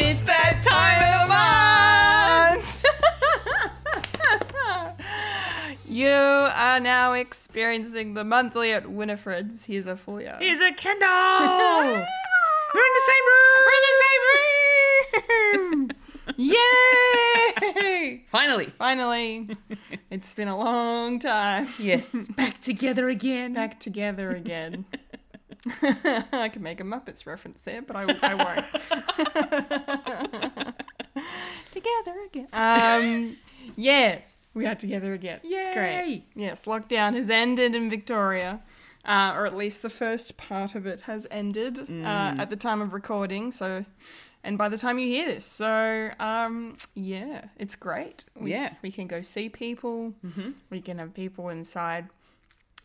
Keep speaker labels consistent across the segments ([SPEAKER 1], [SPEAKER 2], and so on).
[SPEAKER 1] You are now experiencing the monthly at Winifred's. He's a fool. Yeah.
[SPEAKER 2] He's a Kendall. We're in the same room.
[SPEAKER 1] We're in the same room. Yay!
[SPEAKER 2] Finally.
[SPEAKER 1] Finally, it's been a long time.
[SPEAKER 2] Yes. Back together again.
[SPEAKER 1] Back together again. I could make a Muppets reference there, but I, I won't. together again. Um, yes, we are together again. It's great.
[SPEAKER 2] Yay.
[SPEAKER 1] Yes, lockdown has ended in Victoria, uh, or at least the first part of it has ended uh, at the time of recording. So, and by the time you hear this, so um, yeah, it's great. We,
[SPEAKER 2] Yeah.
[SPEAKER 1] we can go see people. We can have people inside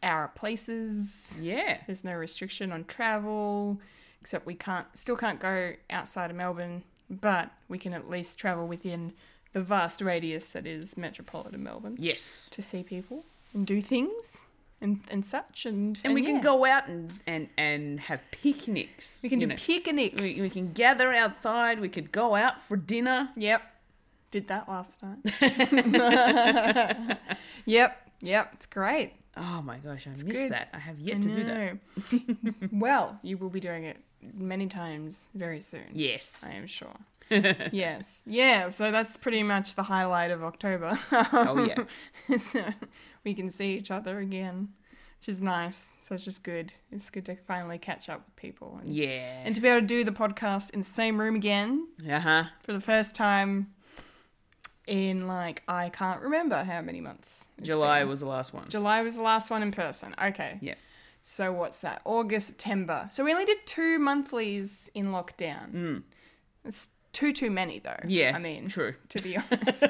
[SPEAKER 1] our places.
[SPEAKER 2] Yeah.
[SPEAKER 1] There's no restriction on travel, except we can't still can't go outside of Melbourne, but we can at least travel within the vast radius that is metropolitan Melbourne
[SPEAKER 2] Yes.
[SPEAKER 1] to see people and do things and and such and
[SPEAKER 2] And, we can
[SPEAKER 1] yeah.
[SPEAKER 2] go out and, and, and have picnics.
[SPEAKER 1] we can
[SPEAKER 2] you
[SPEAKER 1] do
[SPEAKER 2] know.
[SPEAKER 1] picnics.
[SPEAKER 2] we, we can gather outside. We could go out for dinner.
[SPEAKER 1] Yep. Did that last night. yep. Yep, it's great.
[SPEAKER 2] Oh my gosh, I missed
[SPEAKER 1] good.
[SPEAKER 2] that. I have yet to do that.
[SPEAKER 1] No. well, you will be doing it many times very soon.
[SPEAKER 2] Yes.
[SPEAKER 1] I am sure. yes. Yeah, so that's pretty much the highlight of October.
[SPEAKER 2] Oh, yeah.
[SPEAKER 1] so we can see each other again, which is nice. So it's just good. It's good to finally catch up with people and,
[SPEAKER 2] Yeah.
[SPEAKER 1] and to be able to do the podcast in the same room again
[SPEAKER 2] Uh huh.
[SPEAKER 1] for the first time in like I can't remember how many months. it's
[SPEAKER 2] July
[SPEAKER 1] been.
[SPEAKER 2] was the last one.
[SPEAKER 1] July was the last one in person. Okay.
[SPEAKER 2] Yeah.
[SPEAKER 1] So what's that? August, September. So we only did two monthlies in lockdown. It's too too many though.
[SPEAKER 2] Hmm. Yeah.
[SPEAKER 1] I mean,
[SPEAKER 2] true.
[SPEAKER 1] to be honest.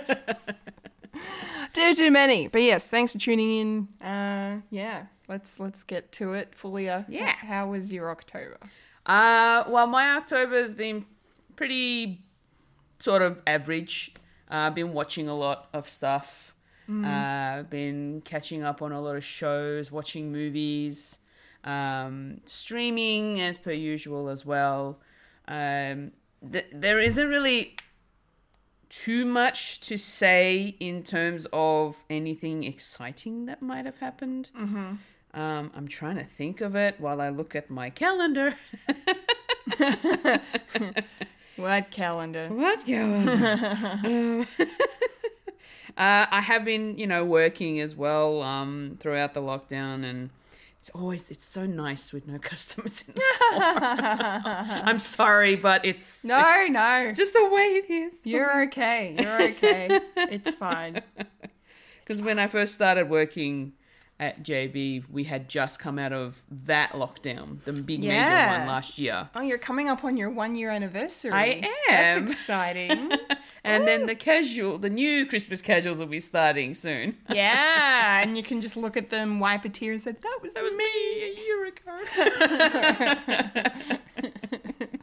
[SPEAKER 1] too too many. But yes, thanks for tuning in. Uh, yeah, let's let's get to it, Fulia.
[SPEAKER 2] Yeah.
[SPEAKER 1] How was your October?
[SPEAKER 2] Uh, well, my October has been pretty sort of average. Uh, I've been watching a lot of stuff. Uh, been catching up on a lot of shows, watching movies, um, streaming as per usual as well. Um, th- there isn't really too much to say in terms of anything exciting that might have happened. Um, I'm trying to think of it while I look at my calendar.
[SPEAKER 1] Word calendar.
[SPEAKER 2] What calendar? Um, uh, I have been, you know, working as well um, throughout the lockdown, and it's always it's so nice with no customers in the store. I'm sorry, but it's
[SPEAKER 1] No,
[SPEAKER 2] it's
[SPEAKER 1] no.
[SPEAKER 2] just the way it is.
[SPEAKER 1] You're okay. You're okay. it's fine.
[SPEAKER 2] Because when I first started working at JB, we had just come out of that lockdown, the big major
[SPEAKER 1] Yeah.
[SPEAKER 2] one last year.
[SPEAKER 1] Oh, you're coming up on your one year anniversary.
[SPEAKER 2] I am.
[SPEAKER 1] That's exciting.
[SPEAKER 2] And then the casual, the new Christmas casuals will be starting soon.
[SPEAKER 1] yeah. And you can just look at them, wipe a tear, and say, That was,
[SPEAKER 2] That was me a year ago.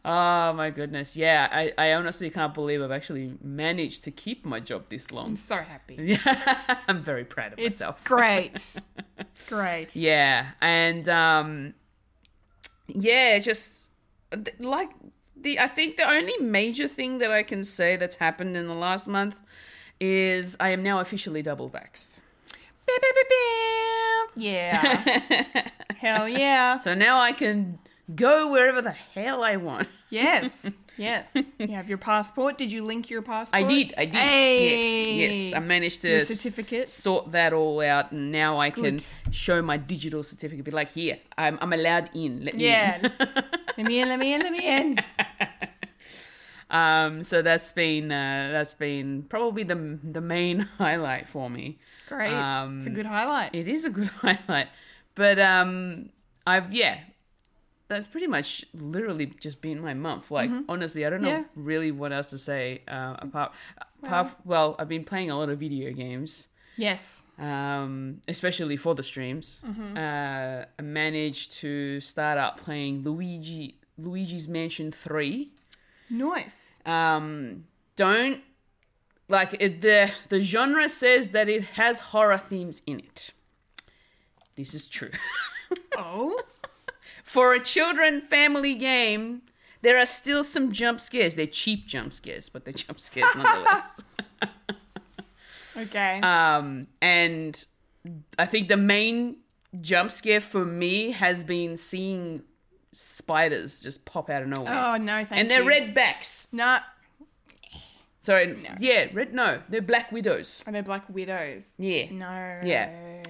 [SPEAKER 2] oh my goodness. Yeah, I, I honestly can't believe I've actually managed to keep my job this
[SPEAKER 1] I'm
[SPEAKER 2] long.
[SPEAKER 1] so happy.
[SPEAKER 2] Yeah, I'm very proud of
[SPEAKER 1] It's
[SPEAKER 2] myself.
[SPEAKER 1] great. It's great.
[SPEAKER 2] Yeah, and um, yeah, just th- like the I think the only major thing that I can say that's happened in the last month is I am now officially double vaxxed.
[SPEAKER 1] Beep, beep, beep, beep. Yeah. Hell yeah.
[SPEAKER 2] So now I can go wherever the hell I want.
[SPEAKER 1] Yes. Yes. You have your passport. Did you link your passport?
[SPEAKER 2] I did. I did.
[SPEAKER 1] Hey.
[SPEAKER 2] Yes. Yes. I managed to
[SPEAKER 1] Your
[SPEAKER 2] s-
[SPEAKER 1] certificate?
[SPEAKER 2] sort that all out, and now I can
[SPEAKER 1] Good.
[SPEAKER 2] show my digital certificate. Be like, here, I'm, I'm allowed in. Let me
[SPEAKER 1] Yeah.
[SPEAKER 2] in.
[SPEAKER 1] let me in, let me in, let me in.
[SPEAKER 2] um. So that's been uh, that's been probably the the main highlight for me.
[SPEAKER 1] Great.
[SPEAKER 2] Um,
[SPEAKER 1] it's a good highlight.
[SPEAKER 2] It is a good highlight, but um, I've yeah. That's pretty much literally just been my month. Like honestly, I don't know
[SPEAKER 1] Mm-hmm. Yeah.
[SPEAKER 2] really what else to say. Uh, apart, apart, well, I've been playing a lot of video games.
[SPEAKER 1] yes.
[SPEAKER 2] um, especially for the streams, uh, I managed to start up playing Luigi Luigi's Mansion Three.
[SPEAKER 1] Nice.
[SPEAKER 2] Um, don't like it, the the genre says that it has horror themes in it. This is true.
[SPEAKER 1] Oh.
[SPEAKER 2] for a children family game, there are still some jump scares. They're cheap jump scares, but they're jump scares nonetheless.
[SPEAKER 1] Okay.
[SPEAKER 2] Um, and I think the main jump scare for me has been seeing spiders just pop out of nowhere.
[SPEAKER 1] oh no, thank you.
[SPEAKER 2] and they're red backs.
[SPEAKER 1] Nah,
[SPEAKER 2] Sorry, yeah, red. No, they're black widows.
[SPEAKER 1] and they're black widows.
[SPEAKER 2] Yeah,
[SPEAKER 1] No.
[SPEAKER 2] Yeah.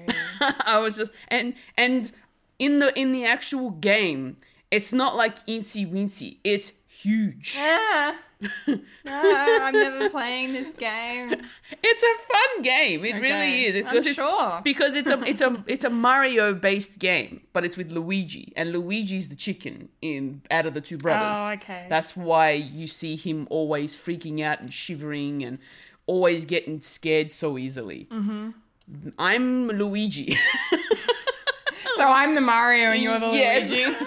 [SPEAKER 2] I was just and and in the in the actual game, it's not like incy wincy. It's huge.
[SPEAKER 1] Ah. no, I'm never playing this game.
[SPEAKER 2] It's a fun game. It really
[SPEAKER 1] Okay.
[SPEAKER 2] is. It-
[SPEAKER 1] I'm
[SPEAKER 2] because it's-
[SPEAKER 1] sure.
[SPEAKER 2] because it's a it's a it's a Mario based game, but it's with Luigi, and Luigi's the chicken in out of the two brothers.
[SPEAKER 1] Oh, okay.
[SPEAKER 2] That's why you see him always freaking out and shivering and always getting scared so easily. Mm-hmm. I'm Luigi.
[SPEAKER 1] So I'm the Mario and you're the
[SPEAKER 2] Yes.
[SPEAKER 1] Luigi.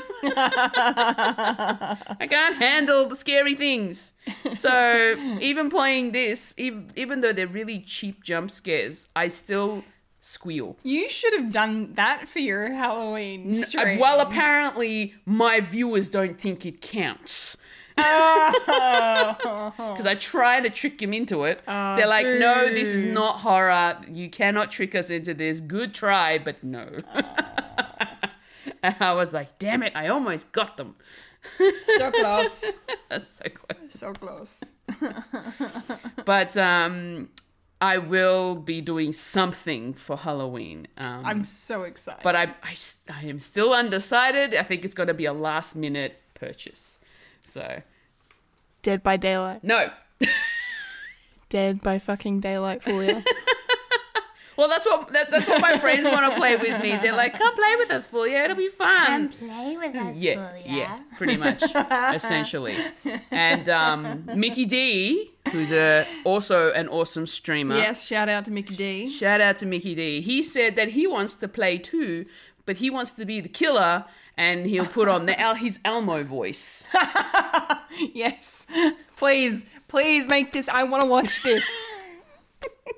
[SPEAKER 2] I can't handle the scary things. So even playing this, even, even though they're really cheap jump scares, I still squeal.
[SPEAKER 1] You should have done that for your Halloween
[SPEAKER 2] uh,
[SPEAKER 1] stream.
[SPEAKER 2] Well, apparently my viewers don't think it counts. Because I try to trick him into it. They're like, no, this is
[SPEAKER 1] boo.
[SPEAKER 2] not horror. You cannot trick us into this. Good try, but no. and I was like, damn it, I almost got them.
[SPEAKER 1] so close.
[SPEAKER 2] That's so close.
[SPEAKER 1] So close.
[SPEAKER 2] Mm. But um, I will be doing something for Halloween. Um,
[SPEAKER 1] I'm so excited.
[SPEAKER 2] but I, I s- I am still undecided. I think it's going to be a last minute purchase. So,
[SPEAKER 1] Dead by daylight.
[SPEAKER 2] no.
[SPEAKER 1] Dead by fucking daylight for you.
[SPEAKER 2] Well, that's what that, that's what my friends want to play with me. They're like, "Come play with us, Fulia. It'll be fun."
[SPEAKER 3] play with us,
[SPEAKER 2] yeah, yeah, pretty much, essentially. And um, Mickey D, who's a also an awesome streamer.
[SPEAKER 1] yes, shout out to Mickey D.
[SPEAKER 2] Shout out to Mickey D. He said that he wants to play too, but he wants to be the killer, and he'll put on the El- his Elmo voice.
[SPEAKER 1] Yes. Please, please make this. I want to watch this.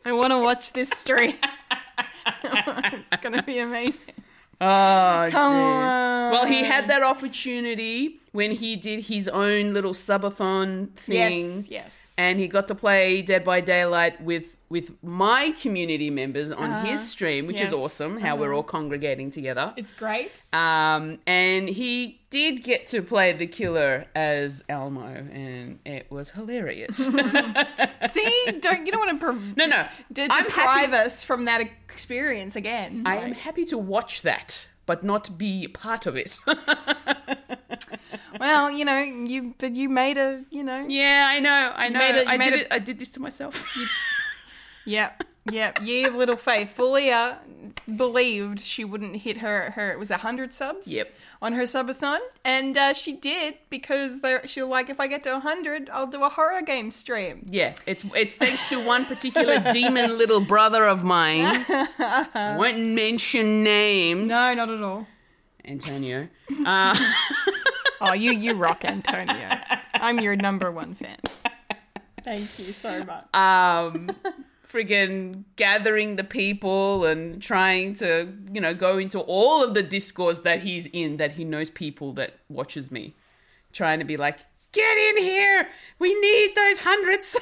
[SPEAKER 1] I want to watch this stream. it's going to be amazing.
[SPEAKER 2] Oh,
[SPEAKER 1] Come
[SPEAKER 2] jeez. Well, he
[SPEAKER 1] on.
[SPEAKER 2] had that opportunity when he did his own little subathon thing.
[SPEAKER 1] Yes, yes.
[SPEAKER 2] and he got to play Dead by Daylight with with my community members on his stream, which
[SPEAKER 1] yes,
[SPEAKER 2] is awesome. How we're all congregating together.
[SPEAKER 1] It's great.
[SPEAKER 2] Um, and he did get to play the killer as Elmo, and it was hilarious.
[SPEAKER 1] See, don't you don't want to pre-
[SPEAKER 2] no, no,
[SPEAKER 1] de-
[SPEAKER 2] I'm
[SPEAKER 1] deprive
[SPEAKER 2] happy-
[SPEAKER 1] us from that experience again.
[SPEAKER 2] I am happy to watch that, but not be part of it.
[SPEAKER 1] well, you know, you but you made a, you know,
[SPEAKER 2] yeah, I know, I know.
[SPEAKER 1] made it- you
[SPEAKER 2] I
[SPEAKER 1] made
[SPEAKER 2] did
[SPEAKER 1] it-
[SPEAKER 2] it. I did this to myself.
[SPEAKER 1] Yep. Yep. Ye of Little Faith. Fulia believed she wouldn't hit her. Her it was hundred subs.
[SPEAKER 2] Yep.
[SPEAKER 1] On her subathon, and uh, she did because they're- she was like, if I get to hundred, I'll do a horror game stream.
[SPEAKER 2] Yeah, it's it's thanks to one particular demon little brother of mine. Won't mention names.
[SPEAKER 1] No, not at all.
[SPEAKER 2] Antonio.
[SPEAKER 1] Oh, you you rock, Antonio. I'm your number one fan. Thank you so much.
[SPEAKER 2] Um, friggin' gathering the people and trying to you know go into all of the discourse that he's in that he knows people that watches me, trying to be like, get in here, we need those hundreds.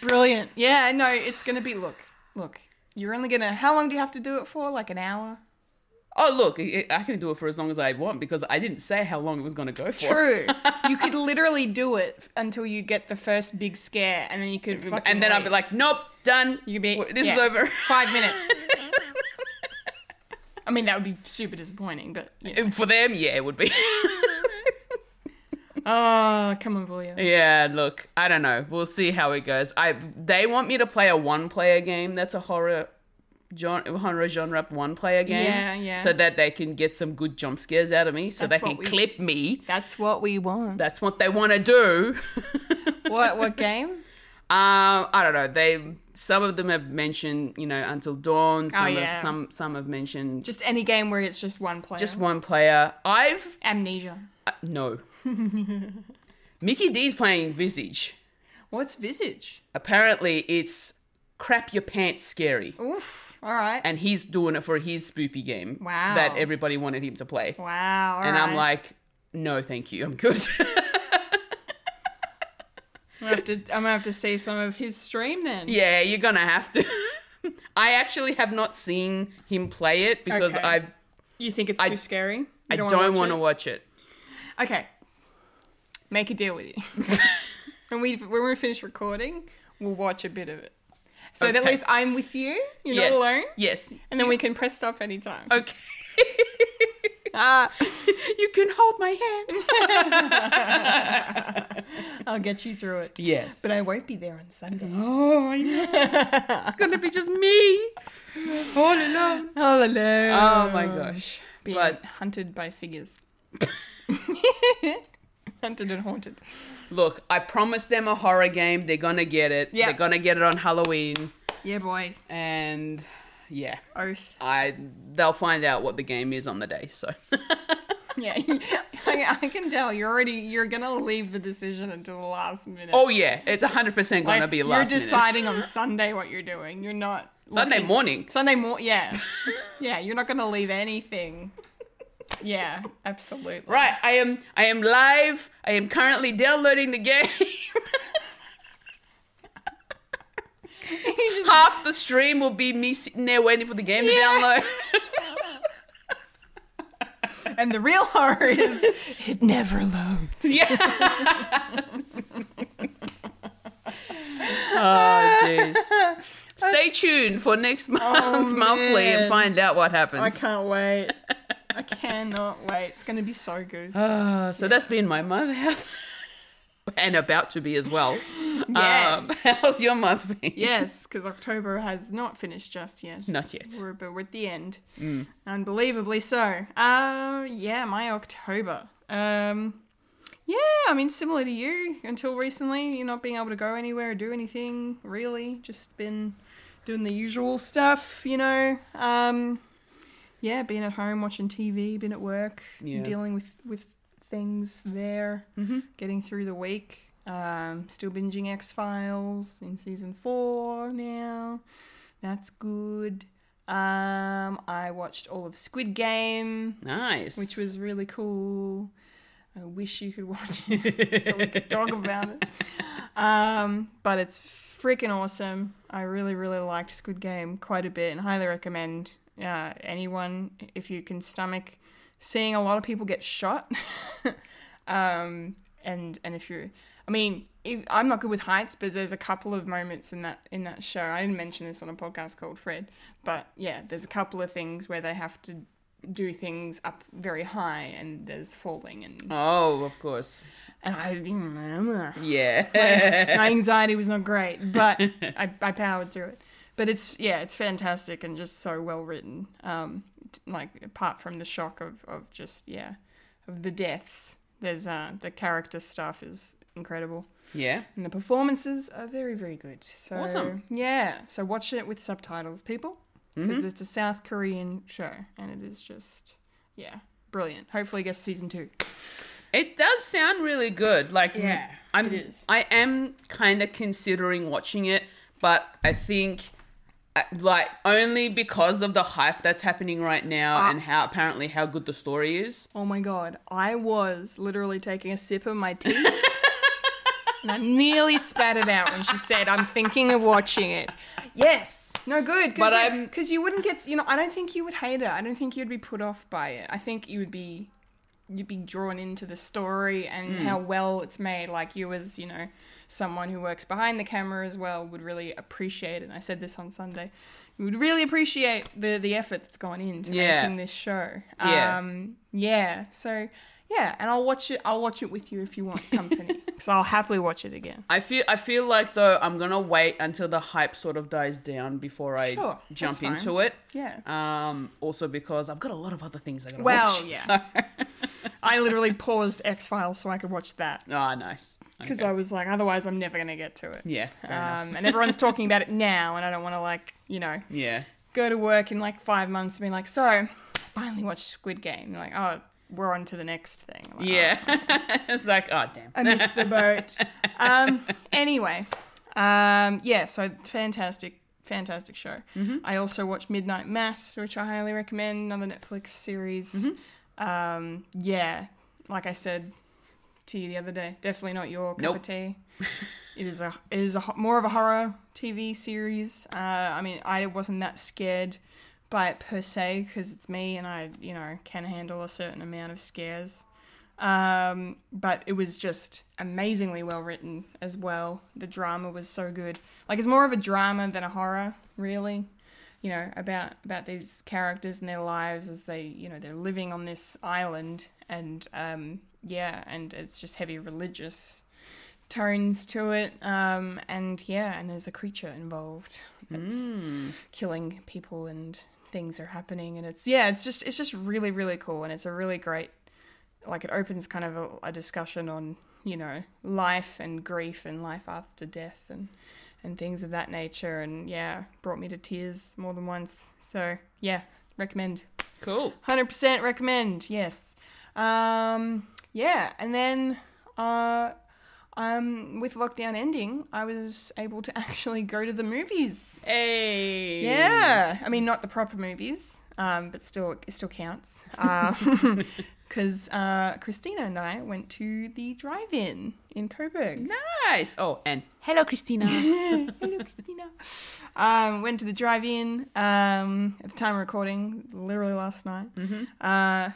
[SPEAKER 1] Brilliant. Yeah. No, it's gonna be. Look, look. You're only gonna. How long do you have to do it for? Like an hour.
[SPEAKER 2] oh look, I I can do it for as long as I want because I didn't say how long it was going to go for.
[SPEAKER 1] True. you could literally do it until you get the first big scare, and then you could. Fucking
[SPEAKER 2] and then I'll be
[SPEAKER 1] leave.
[SPEAKER 2] like, nope, done.
[SPEAKER 1] You be
[SPEAKER 2] Wait, this
[SPEAKER 1] yeah,
[SPEAKER 2] is over.
[SPEAKER 1] Five minutes. I mean, that would be super disappointing, but yeah.
[SPEAKER 2] And For them, yeah, it would be.
[SPEAKER 1] oh, come on, Volia.
[SPEAKER 2] yeah, look, I don't know. We'll see how it goes. I they want me to play a one-player game. That's a horror genre, horror genre one-player game.
[SPEAKER 1] Yeah, yeah.
[SPEAKER 2] So that they can get some good jump scares out of me. So
[SPEAKER 1] That's
[SPEAKER 2] they can
[SPEAKER 1] what we-
[SPEAKER 2] clip me.
[SPEAKER 1] That's what we want.
[SPEAKER 2] That's what they want to do.
[SPEAKER 1] what what game?
[SPEAKER 2] Um, I don't know. They some of them have mentioned, you know, Until Dawn. Some
[SPEAKER 1] Oh, yeah.
[SPEAKER 2] have, some some have mentioned just,
[SPEAKER 1] Just any game where it's just one player.
[SPEAKER 2] just one player. I've
[SPEAKER 1] amnesia.
[SPEAKER 2] Uh, no. Mickey D's playing Visage.
[SPEAKER 1] What's Visage?
[SPEAKER 2] Apparently, it's crap your pants scary.
[SPEAKER 1] Oof. All right.
[SPEAKER 2] And he's doing it for his spoopy game
[SPEAKER 1] Wow.
[SPEAKER 2] that everybody wanted him to play.
[SPEAKER 1] wow. all
[SPEAKER 2] and I'm
[SPEAKER 1] right.
[SPEAKER 2] like, no, thank you. I'm good.
[SPEAKER 1] I'm gonna, have to, I'm gonna have to see some of his stream then.
[SPEAKER 2] Yeah, you're gonna have to. I actually have not seen him play it because
[SPEAKER 1] Okay.
[SPEAKER 2] I
[SPEAKER 1] You think it's
[SPEAKER 2] I-
[SPEAKER 1] too scary? You
[SPEAKER 2] I
[SPEAKER 1] wanna
[SPEAKER 2] don't
[SPEAKER 1] watch
[SPEAKER 2] want to
[SPEAKER 1] it?
[SPEAKER 2] watch it.
[SPEAKER 1] Okay. Make a deal with you. when we when we finish recording, we'll watch a bit of it. So that at
[SPEAKER 2] Okay.
[SPEAKER 1] least I'm with you. You're
[SPEAKER 2] yes.
[SPEAKER 1] not alone.
[SPEAKER 2] Yes.
[SPEAKER 1] And then we can press stop anytime.
[SPEAKER 2] Okay.
[SPEAKER 1] Ah,
[SPEAKER 2] you can hold my hand.
[SPEAKER 1] I'll get you through it.
[SPEAKER 2] Yes.
[SPEAKER 1] But I won't be there on Sunday.
[SPEAKER 2] oh, I know. it's gonna be just me all alone.
[SPEAKER 1] All alone.
[SPEAKER 2] Oh
[SPEAKER 1] Um,
[SPEAKER 2] my gosh.
[SPEAKER 1] Being
[SPEAKER 2] But
[SPEAKER 1] hunted by figures. hunted and haunted.
[SPEAKER 2] look, I promised them a horror game. They're gonna get it.
[SPEAKER 1] Yeah.
[SPEAKER 2] They're gonna get it on Halloween.
[SPEAKER 1] Yeah, boy.
[SPEAKER 2] And yeah.
[SPEAKER 1] Oath.
[SPEAKER 2] I they'll find out what the game is on the day, so
[SPEAKER 1] Yeah, I, I can tell you're already you're gonna leave the decision until the last minute.
[SPEAKER 2] Oh yeah, it's hundred percent gonna
[SPEAKER 1] Like,
[SPEAKER 2] be last
[SPEAKER 1] You're
[SPEAKER 2] minute.
[SPEAKER 1] deciding on Sunday what you're doing. You're not
[SPEAKER 2] Sunday
[SPEAKER 1] looking-
[SPEAKER 2] morning.
[SPEAKER 1] Sunday morning. Yeah, yeah. You're not gonna leave anything. Yeah, absolutely.
[SPEAKER 2] Right, I am I am live. I am currently downloading the game.
[SPEAKER 1] You just-
[SPEAKER 2] Half the stream will be me sitting there waiting for the game to
[SPEAKER 1] Yeah.
[SPEAKER 2] download.
[SPEAKER 1] and the real horror is it never loads.
[SPEAKER 2] Yeah. oh jeez. Stay tuned for next month's monthly
[SPEAKER 1] Oh, man.
[SPEAKER 2] and find out what
[SPEAKER 1] I
[SPEAKER 2] happens.
[SPEAKER 1] can't wait. I cannot wait. It's gonna be so good.
[SPEAKER 2] Ah, so that's been my month, and about to be as well.
[SPEAKER 1] Yes.
[SPEAKER 2] Um, how's your month been?
[SPEAKER 1] Yes, because October has not finished just yet.
[SPEAKER 2] Not yet.
[SPEAKER 1] We're, but we're at the end.
[SPEAKER 2] Mm.
[SPEAKER 1] Unbelievably so. Uh, yeah, my October. Um, yeah, I mean, similar to you, until recently, you're not being able to go anywhere or do anything, really. Just been doing the usual stuff, you know. Um, yeah, being at home, watching TV, been at work,
[SPEAKER 2] Yeah.
[SPEAKER 1] dealing with, with things there, mm-hmm. getting through the week. Um, still binging X Files in season four now. That's good. Um, I watched all of Squid Game,
[SPEAKER 2] Nice.
[SPEAKER 1] which was really cool. I wish you could watch it so we could talk about it. Um, but it's freaking awesome. I really, really liked Squid Game quite a bit and highly recommend uh, anyone if you can stomach seeing a lot of people get shot. um, and and if you're, I mean, if, I'm not good with heights, but there's a couple of moments in that in that show. I didn't mention this on a podcast called Fred, but yeah, there's a couple of things where they have to do things up very high and there's falling and
[SPEAKER 2] Oh, of course.
[SPEAKER 1] and I
[SPEAKER 2] Yeah.
[SPEAKER 1] my anxiety was not great, but I, I powered through it. But it's yeah, it's fantastic and just so well written. Um, t- like apart from the shock of of just yeah, of the deaths. There's uh the character stuff is incredible
[SPEAKER 2] yeah.
[SPEAKER 1] and the performances are very very good. So
[SPEAKER 2] Awesome.
[SPEAKER 1] yeah, so watch it with subtitles, people, because it's a South Korean show and it is just yeah brilliant. Hopefully, guess season two.
[SPEAKER 2] It does sound really good. Like
[SPEAKER 1] Yeah,
[SPEAKER 2] I'm
[SPEAKER 1] it is.
[SPEAKER 2] I am kind of considering watching it, but I think uh, like only because of the hype that's happening right now
[SPEAKER 1] Ah.
[SPEAKER 2] and how apparently how good the story is.
[SPEAKER 1] Oh my god, I was literally taking a sip of my tea. and I nearly spat it out when she said, I'm thinking of watching it. Yes. No, good. good
[SPEAKER 2] But
[SPEAKER 1] but I'm.
[SPEAKER 2] I'm-
[SPEAKER 1] Because you wouldn't get. You know, I don't think you would hate it. I don't think you'd be put off by it. I think you would be. You'd be drawn into the story and
[SPEAKER 2] Hmm.
[SPEAKER 1] how well it's made. Like you, as you know, someone who works behind the camera as well, would really appreciate. And I said this on Sunday. You would really appreciate the the effort that's gone into
[SPEAKER 2] Yeah.
[SPEAKER 1] making this show.
[SPEAKER 2] Yeah.
[SPEAKER 1] Um, yeah. So yeah, and I'll watch it. I'll watch it with you if you want company. so I'll happily watch it again.
[SPEAKER 2] I feel I feel like though I'm gonna wait until the hype sort of dies down before I
[SPEAKER 1] Sure, that's
[SPEAKER 2] jump
[SPEAKER 1] fine.
[SPEAKER 2] into it.
[SPEAKER 1] Yeah.
[SPEAKER 2] Um, also because I've got a lot of other things I gotta
[SPEAKER 1] Well,
[SPEAKER 2] watch.
[SPEAKER 1] yeah.
[SPEAKER 2] so-
[SPEAKER 1] I literally paused X Files so I could watch that
[SPEAKER 2] Ah, nice.
[SPEAKER 1] because
[SPEAKER 2] Okay.
[SPEAKER 1] I was like, otherwise I'm never gonna get to it.
[SPEAKER 2] yeah, fair enough.
[SPEAKER 1] Um, and everyone's talking about it now, and I don't want to like you know
[SPEAKER 2] Yeah.
[SPEAKER 1] go to work in like five months and be like, so finally watched Squid Game. You're like, oh, we're on to the next thing. I'm like,
[SPEAKER 2] Yeah. it's like, oh damn.
[SPEAKER 1] I missed the boat. Um, anyway, um, yeah, so fantastic, fantastic show. I also watched Midnight Mass, which I highly recommend, another Netflix series. Um, yeah, like I said, tea the other day. Definitely not your cup
[SPEAKER 2] Nope.
[SPEAKER 1] of tea. it is a it is a ho- more of a horror TV series. Uh, I mean, I wasn't that scared by it per se because it's me and I you know can handle a certain amount of scares. Um, but it was just amazingly well written as well. The drama was so good. Like it's more of a drama than a horror, really. You know about about these characters and their lives as they you know they're living on this island and um, yeah, and it's just heavy religious tones to it. Um, and yeah, and there's a creature involved that's killing people and things are happening. And it's yeah, it's just it's just really really cool and it's a really great like it opens kind of a, a discussion on you know life and grief and life after death and and things of that nature and yeah brought me to tears more than once so yeah recommend
[SPEAKER 2] Cool.
[SPEAKER 1] 100% recommend yes um yeah and then uh um with lockdown ending i was able to actually go to the movies
[SPEAKER 2] Hey.
[SPEAKER 1] yeah, I mean,
[SPEAKER 2] Mm.
[SPEAKER 1] not the proper movies, um, but still, it still counts. Because uh, Christina and I went to the drive-in in Coburg.
[SPEAKER 2] Nice. Oh, and hello, Christina.
[SPEAKER 1] Hello, Christina. Um, went to the drive-in um, at the time of recording, literally last night.
[SPEAKER 2] Mm-hmm.
[SPEAKER 1] Uh,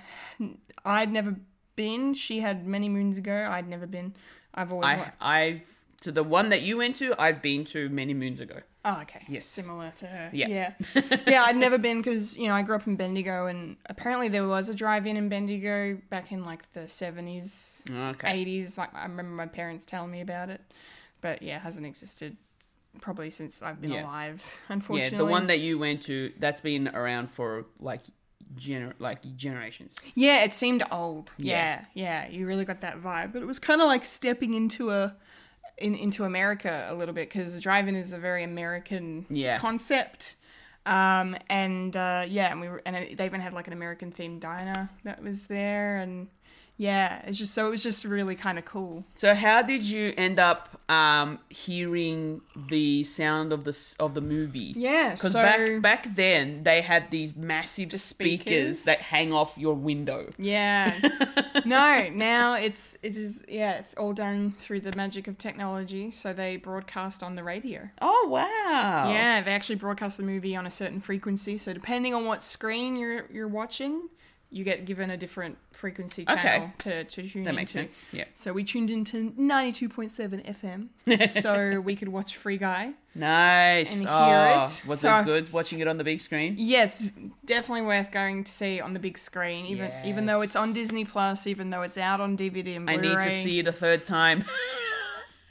[SPEAKER 1] I'd never been. She had many moons ago. I'd never been. I've always. wa-
[SPEAKER 2] I, I've to the one that you went to. I've been to many moons ago.
[SPEAKER 1] Oh, okay.
[SPEAKER 2] Yes.
[SPEAKER 1] Similar to her.
[SPEAKER 2] Yeah.
[SPEAKER 1] Yeah. yeah, I'd never been because, you know, I grew up in Bendigo and apparently there was a drive in in Bendigo back in like the 70s,
[SPEAKER 2] Okay.
[SPEAKER 1] 80s. Like, I remember my parents telling me about it. But yeah, it hasn't existed probably since I've been
[SPEAKER 2] Yeah.
[SPEAKER 1] alive,
[SPEAKER 2] Yeah,
[SPEAKER 1] unfortunately.
[SPEAKER 2] the one that you went to. That's been around for like gener like generations.
[SPEAKER 1] Yeah, it seemed old.
[SPEAKER 2] Yeah.
[SPEAKER 1] Yeah. yeah, you really got that vibe, but it was kind of like stepping into a in into America a little bit because drive-in is a very American
[SPEAKER 2] Yeah.
[SPEAKER 1] concept. Um, and uh, yeah, and we were, and it, they even had like an American themed diner that was there, and yeah, it's just so it was just really kind of cool.
[SPEAKER 2] So how did you end up um, hearing the sound of the s- of the movie?
[SPEAKER 1] Yeah,
[SPEAKER 2] Because
[SPEAKER 1] so-
[SPEAKER 2] back back then they had these massive speakers,
[SPEAKER 1] speakers.
[SPEAKER 2] that hang off your window.
[SPEAKER 1] Yeah. no, now it's it is yeah, it's all done through the magic of technology. So they broadcast on the radio.
[SPEAKER 2] Oh wow!
[SPEAKER 1] Yeah, they actually broadcast the movie on a certain frequency. So depending on what screen you're you're watching, you get given a different frequency
[SPEAKER 2] Okay.
[SPEAKER 1] channel to, to tune
[SPEAKER 2] that makes
[SPEAKER 1] into.
[SPEAKER 2] sense. Yeah,
[SPEAKER 1] So we tuned into 92.7 FM so we could watch Free Guy.
[SPEAKER 2] nice.
[SPEAKER 1] And hear
[SPEAKER 2] oh,
[SPEAKER 1] it.
[SPEAKER 2] was
[SPEAKER 1] So-
[SPEAKER 2] it good watching it on the big screen?
[SPEAKER 1] Yes, definitely worth going to see on the big screen even even though it's on
[SPEAKER 2] Yes.
[SPEAKER 1] Disney Plus, even though it's out on DVD and
[SPEAKER 2] I
[SPEAKER 1] Blu-ray.
[SPEAKER 2] need to see it a third time.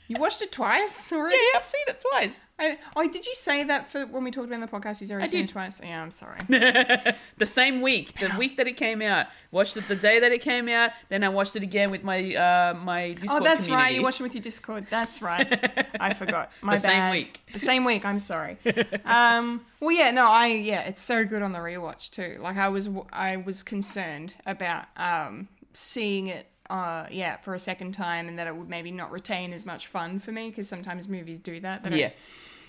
[SPEAKER 1] You watched it twice already?
[SPEAKER 2] yeah, I've seen it twice.
[SPEAKER 1] I, oh, did you say that for when we talked about it on the podcast? You've already
[SPEAKER 2] I
[SPEAKER 1] seen
[SPEAKER 2] did.
[SPEAKER 1] it twice. Yeah, I'm sorry.
[SPEAKER 2] The same week, the week that it came out, watched it the day that it came out. Then I watched it again with my uh, my Discord
[SPEAKER 1] Oh, that's right.
[SPEAKER 2] community.
[SPEAKER 1] You watch them with your Discord. That's right. I forgot. My
[SPEAKER 2] The same
[SPEAKER 1] bad.
[SPEAKER 2] week.
[SPEAKER 1] The same week. I'm sorry. Um, well, yeah, no, I yeah, it's so good on the rewatch too. Like I was, I was concerned about um, seeing it. Uh, yeah, for a second time, and that it would maybe not retain as much fun for me because sometimes movies do that. They don't,
[SPEAKER 2] Yeah.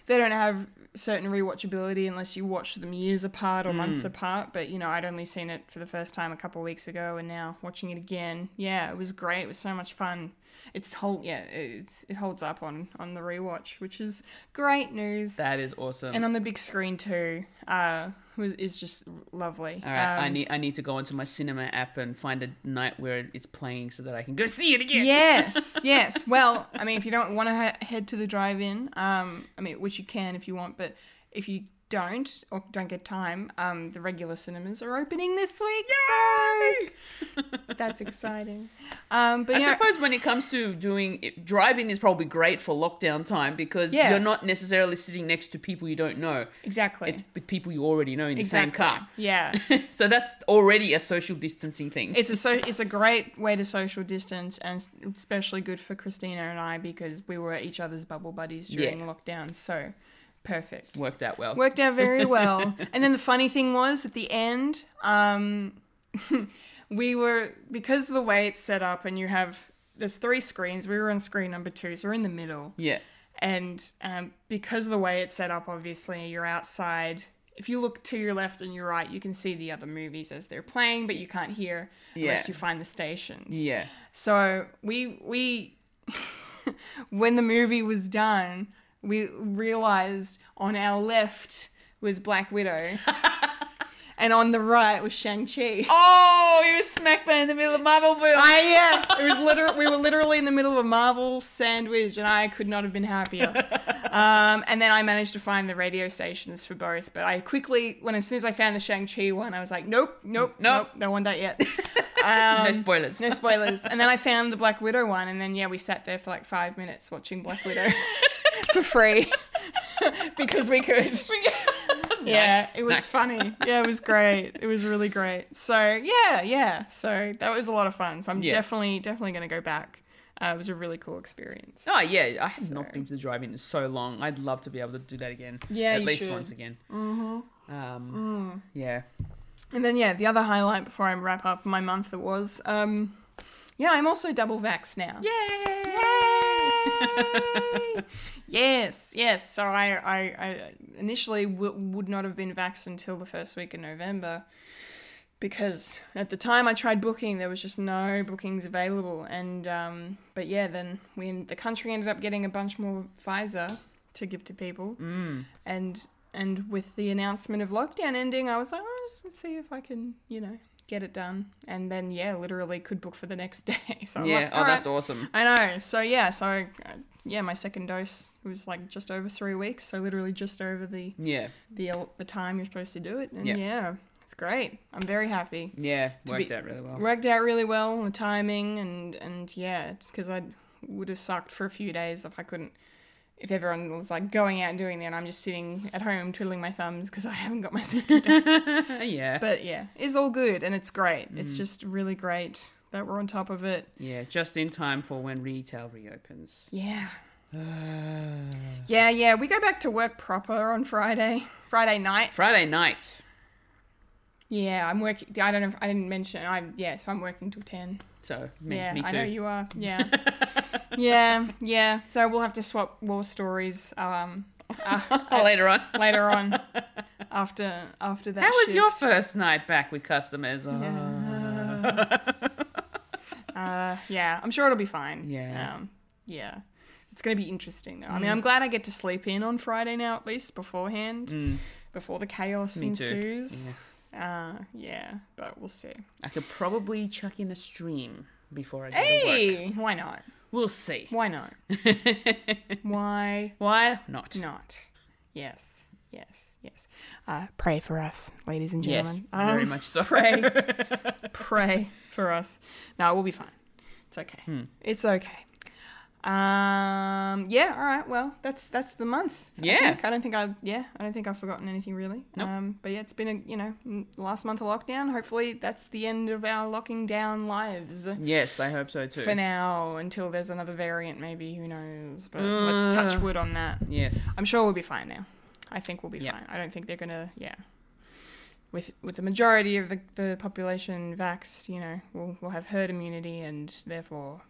[SPEAKER 1] they don't have certain rewatchability unless you watch them years apart or
[SPEAKER 2] Hmm.
[SPEAKER 1] months apart. But you know, I'd only seen it for the first time a couple of weeks ago, and now watching it again, yeah, it was great. It was so much fun. It's whole, yeah, it's, it holds up on on the rewatch, which is great news.
[SPEAKER 2] That is awesome.
[SPEAKER 1] and on the big screen too, uh, was is just lovely.
[SPEAKER 2] All right, I
[SPEAKER 1] Um,
[SPEAKER 2] need I need to go onto my cinema app and find a night where it's playing so that I can go see it again.
[SPEAKER 1] Yes, yes. Well, I mean, if you don't want to ha- head to the drive-in, um, I mean, which you can if you want, but if you don't or don't get time, um, the regular cinemas are opening this week. So that's exciting. Um, but
[SPEAKER 2] I
[SPEAKER 1] you know,
[SPEAKER 2] suppose when it comes to doing driving is probably great for lockdown time because
[SPEAKER 1] Yeah.
[SPEAKER 2] you're not necessarily sitting next to people you don't know.
[SPEAKER 1] exactly.
[SPEAKER 2] It's with people you already know in the
[SPEAKER 1] exactly.
[SPEAKER 2] same car.
[SPEAKER 1] Yeah.
[SPEAKER 2] so that's already a social distancing thing.
[SPEAKER 1] It's a so it's a great way to social distance, and especially good for Christina and I because we were each other's bubble buddies during
[SPEAKER 2] Yeah.
[SPEAKER 1] lockdown. So perfect.
[SPEAKER 2] Worked out well.
[SPEAKER 1] worked out very well. and then the funny thing was at the end, um, we were because of the way it's set up, and you have there's three screens. We were on screen number two, so we're in the middle.
[SPEAKER 2] Yeah.
[SPEAKER 1] And um, because of the way it's set up, obviously you're outside if you look to your left and your right, you can see the other movies as they're playing, but you can't hear
[SPEAKER 2] Yeah.
[SPEAKER 1] unless you find the stations.
[SPEAKER 2] Yeah.
[SPEAKER 1] So we we when the movie was done, we realized on our left was Black Widow. And on the right was Shang Chi.
[SPEAKER 2] Oh, you were smack bang in the middle of Marvel Boom.
[SPEAKER 1] I yeah, it was liter- we were literally in the middle of a Marvel sandwich, and I could not have been happier. Um, and then I managed to find the radio stations for both, but I quickly, when as soon as I found the Shang Chi one, I was like, nope, nope, nope,
[SPEAKER 2] Nope.
[SPEAKER 1] don't want that yet.
[SPEAKER 2] no spoilers.
[SPEAKER 1] No spoilers. And then I found the Black Widow one, and then yeah, we sat there for like five minutes watching Black Widow for free because we could. Yeah,
[SPEAKER 2] Nice,
[SPEAKER 1] it was
[SPEAKER 2] nice.
[SPEAKER 1] funny. Yeah, it was great. It was really great. So yeah, yeah. So that was a lot of fun. So I'm
[SPEAKER 2] Yeah.
[SPEAKER 1] definitely, definitely going to go back. Uh, it was a really cool experience.
[SPEAKER 2] Oh yeah, I have not been to the drive-in in so long. I'd love to be able to do that again.
[SPEAKER 1] Yeah,
[SPEAKER 2] at
[SPEAKER 1] you
[SPEAKER 2] least
[SPEAKER 1] should. Mm.
[SPEAKER 2] once again. Mm-hmm. Um, yeah,
[SPEAKER 1] And then yeah, the other highlight before I wrap up my month that was, um, yeah, I'm also double vax now. Yay! yes, yes. So I, I, I initially w- would not have been vaxxed until the first week of November because at the time I tried booking, there was just no bookings available. And um, but yeah, then we the country ended up getting a bunch more Pfizer to give to people, mm. and and with the announcement of lockdown ending, I was like, oh, I'll just see if I can, you know. Get it done, and then yeah, literally could book for the next day. So I'm
[SPEAKER 2] yeah.
[SPEAKER 1] like,
[SPEAKER 2] oh,
[SPEAKER 1] "All right."
[SPEAKER 2] that's awesome.
[SPEAKER 1] I know. So yeah, so uh, yeah, my second dose was like just over three weeks. So literally just over the
[SPEAKER 2] Yeah,
[SPEAKER 1] the uh, the time you're supposed to do it. And
[SPEAKER 2] Yeah.
[SPEAKER 1] yeah, it's great. I'm very happy.
[SPEAKER 2] yeah,
[SPEAKER 1] To
[SPEAKER 2] worked
[SPEAKER 1] be-
[SPEAKER 2] out really well.
[SPEAKER 1] Worked out really well the timing and and yeah, it's because I would have sucked for a few days if I couldn't. If everyone was like going out and doing that, and I'm just sitting at home twiddling my thumbs because I haven't got my second dose.
[SPEAKER 2] yeah,
[SPEAKER 1] But yeah, it's all good and it's great. It's just really great that we're on top of it.
[SPEAKER 2] yeah, just in time for when retail reopens.
[SPEAKER 1] Yeah. Yeah, yeah. We go back to work proper on Friday. Friday night.
[SPEAKER 2] Friday night.
[SPEAKER 1] Yeah, I'm working. I don't know. If, I didn't mention. I'm yeah. So I'm working till ten.
[SPEAKER 2] So me,
[SPEAKER 1] yeah,
[SPEAKER 2] me too.
[SPEAKER 1] I know you are. Yeah. yeah, yeah. So we'll have to swap war stories. Um, uh,
[SPEAKER 2] Oh, Later on.
[SPEAKER 1] later on. After after that.
[SPEAKER 2] How was your
[SPEAKER 1] shift.
[SPEAKER 2] first night back with customers? Oh.
[SPEAKER 1] Uh, yeah, I'm sure it'll be fine.
[SPEAKER 2] Yeah. Mm.
[SPEAKER 1] Um, yeah. It's going to be interesting, though. I mean, I'm glad I get to sleep in on Friday now, at least beforehand,
[SPEAKER 2] Mm.
[SPEAKER 1] before the chaos
[SPEAKER 2] Me too.
[SPEAKER 1] ensues. Yeah. Uh, yeah, but we'll see.
[SPEAKER 2] I could probably chuck in a stream before I go to work.
[SPEAKER 1] Hey, why not?
[SPEAKER 2] We'll see.
[SPEAKER 1] Why not? why
[SPEAKER 2] Why not?
[SPEAKER 1] not? Yes, yes, yes. Uh, pray for us, ladies and
[SPEAKER 2] Yes,
[SPEAKER 1] gentlemen.
[SPEAKER 2] very
[SPEAKER 1] Um,
[SPEAKER 2] much so.
[SPEAKER 1] pray, pray for us. No, we'll be fine. It's okay.
[SPEAKER 2] Hmm.
[SPEAKER 1] It's okay. Um. Yeah. All right. Well, that's that's the month. I
[SPEAKER 2] Yeah.
[SPEAKER 1] think. I, don't think I. Yeah. I don't think I've forgotten anything really.
[SPEAKER 2] Nope.
[SPEAKER 1] Um. But yeah, it's been a you know m- last month of lockdown. Hopefully that's the end of our locking down lives
[SPEAKER 2] Yes, I hope so too.
[SPEAKER 1] for now. Until there's another variant, maybe who knows? But let's
[SPEAKER 2] Uh.
[SPEAKER 1] touch wood on that.
[SPEAKER 2] Yes.
[SPEAKER 1] I'm sure we'll be fine now. I think we'll be
[SPEAKER 2] Yeah.
[SPEAKER 1] fine. I don't think they're gonna yeah. With with the majority of the, the population vaxxed, you know, we'll we'll have herd immunity and therefore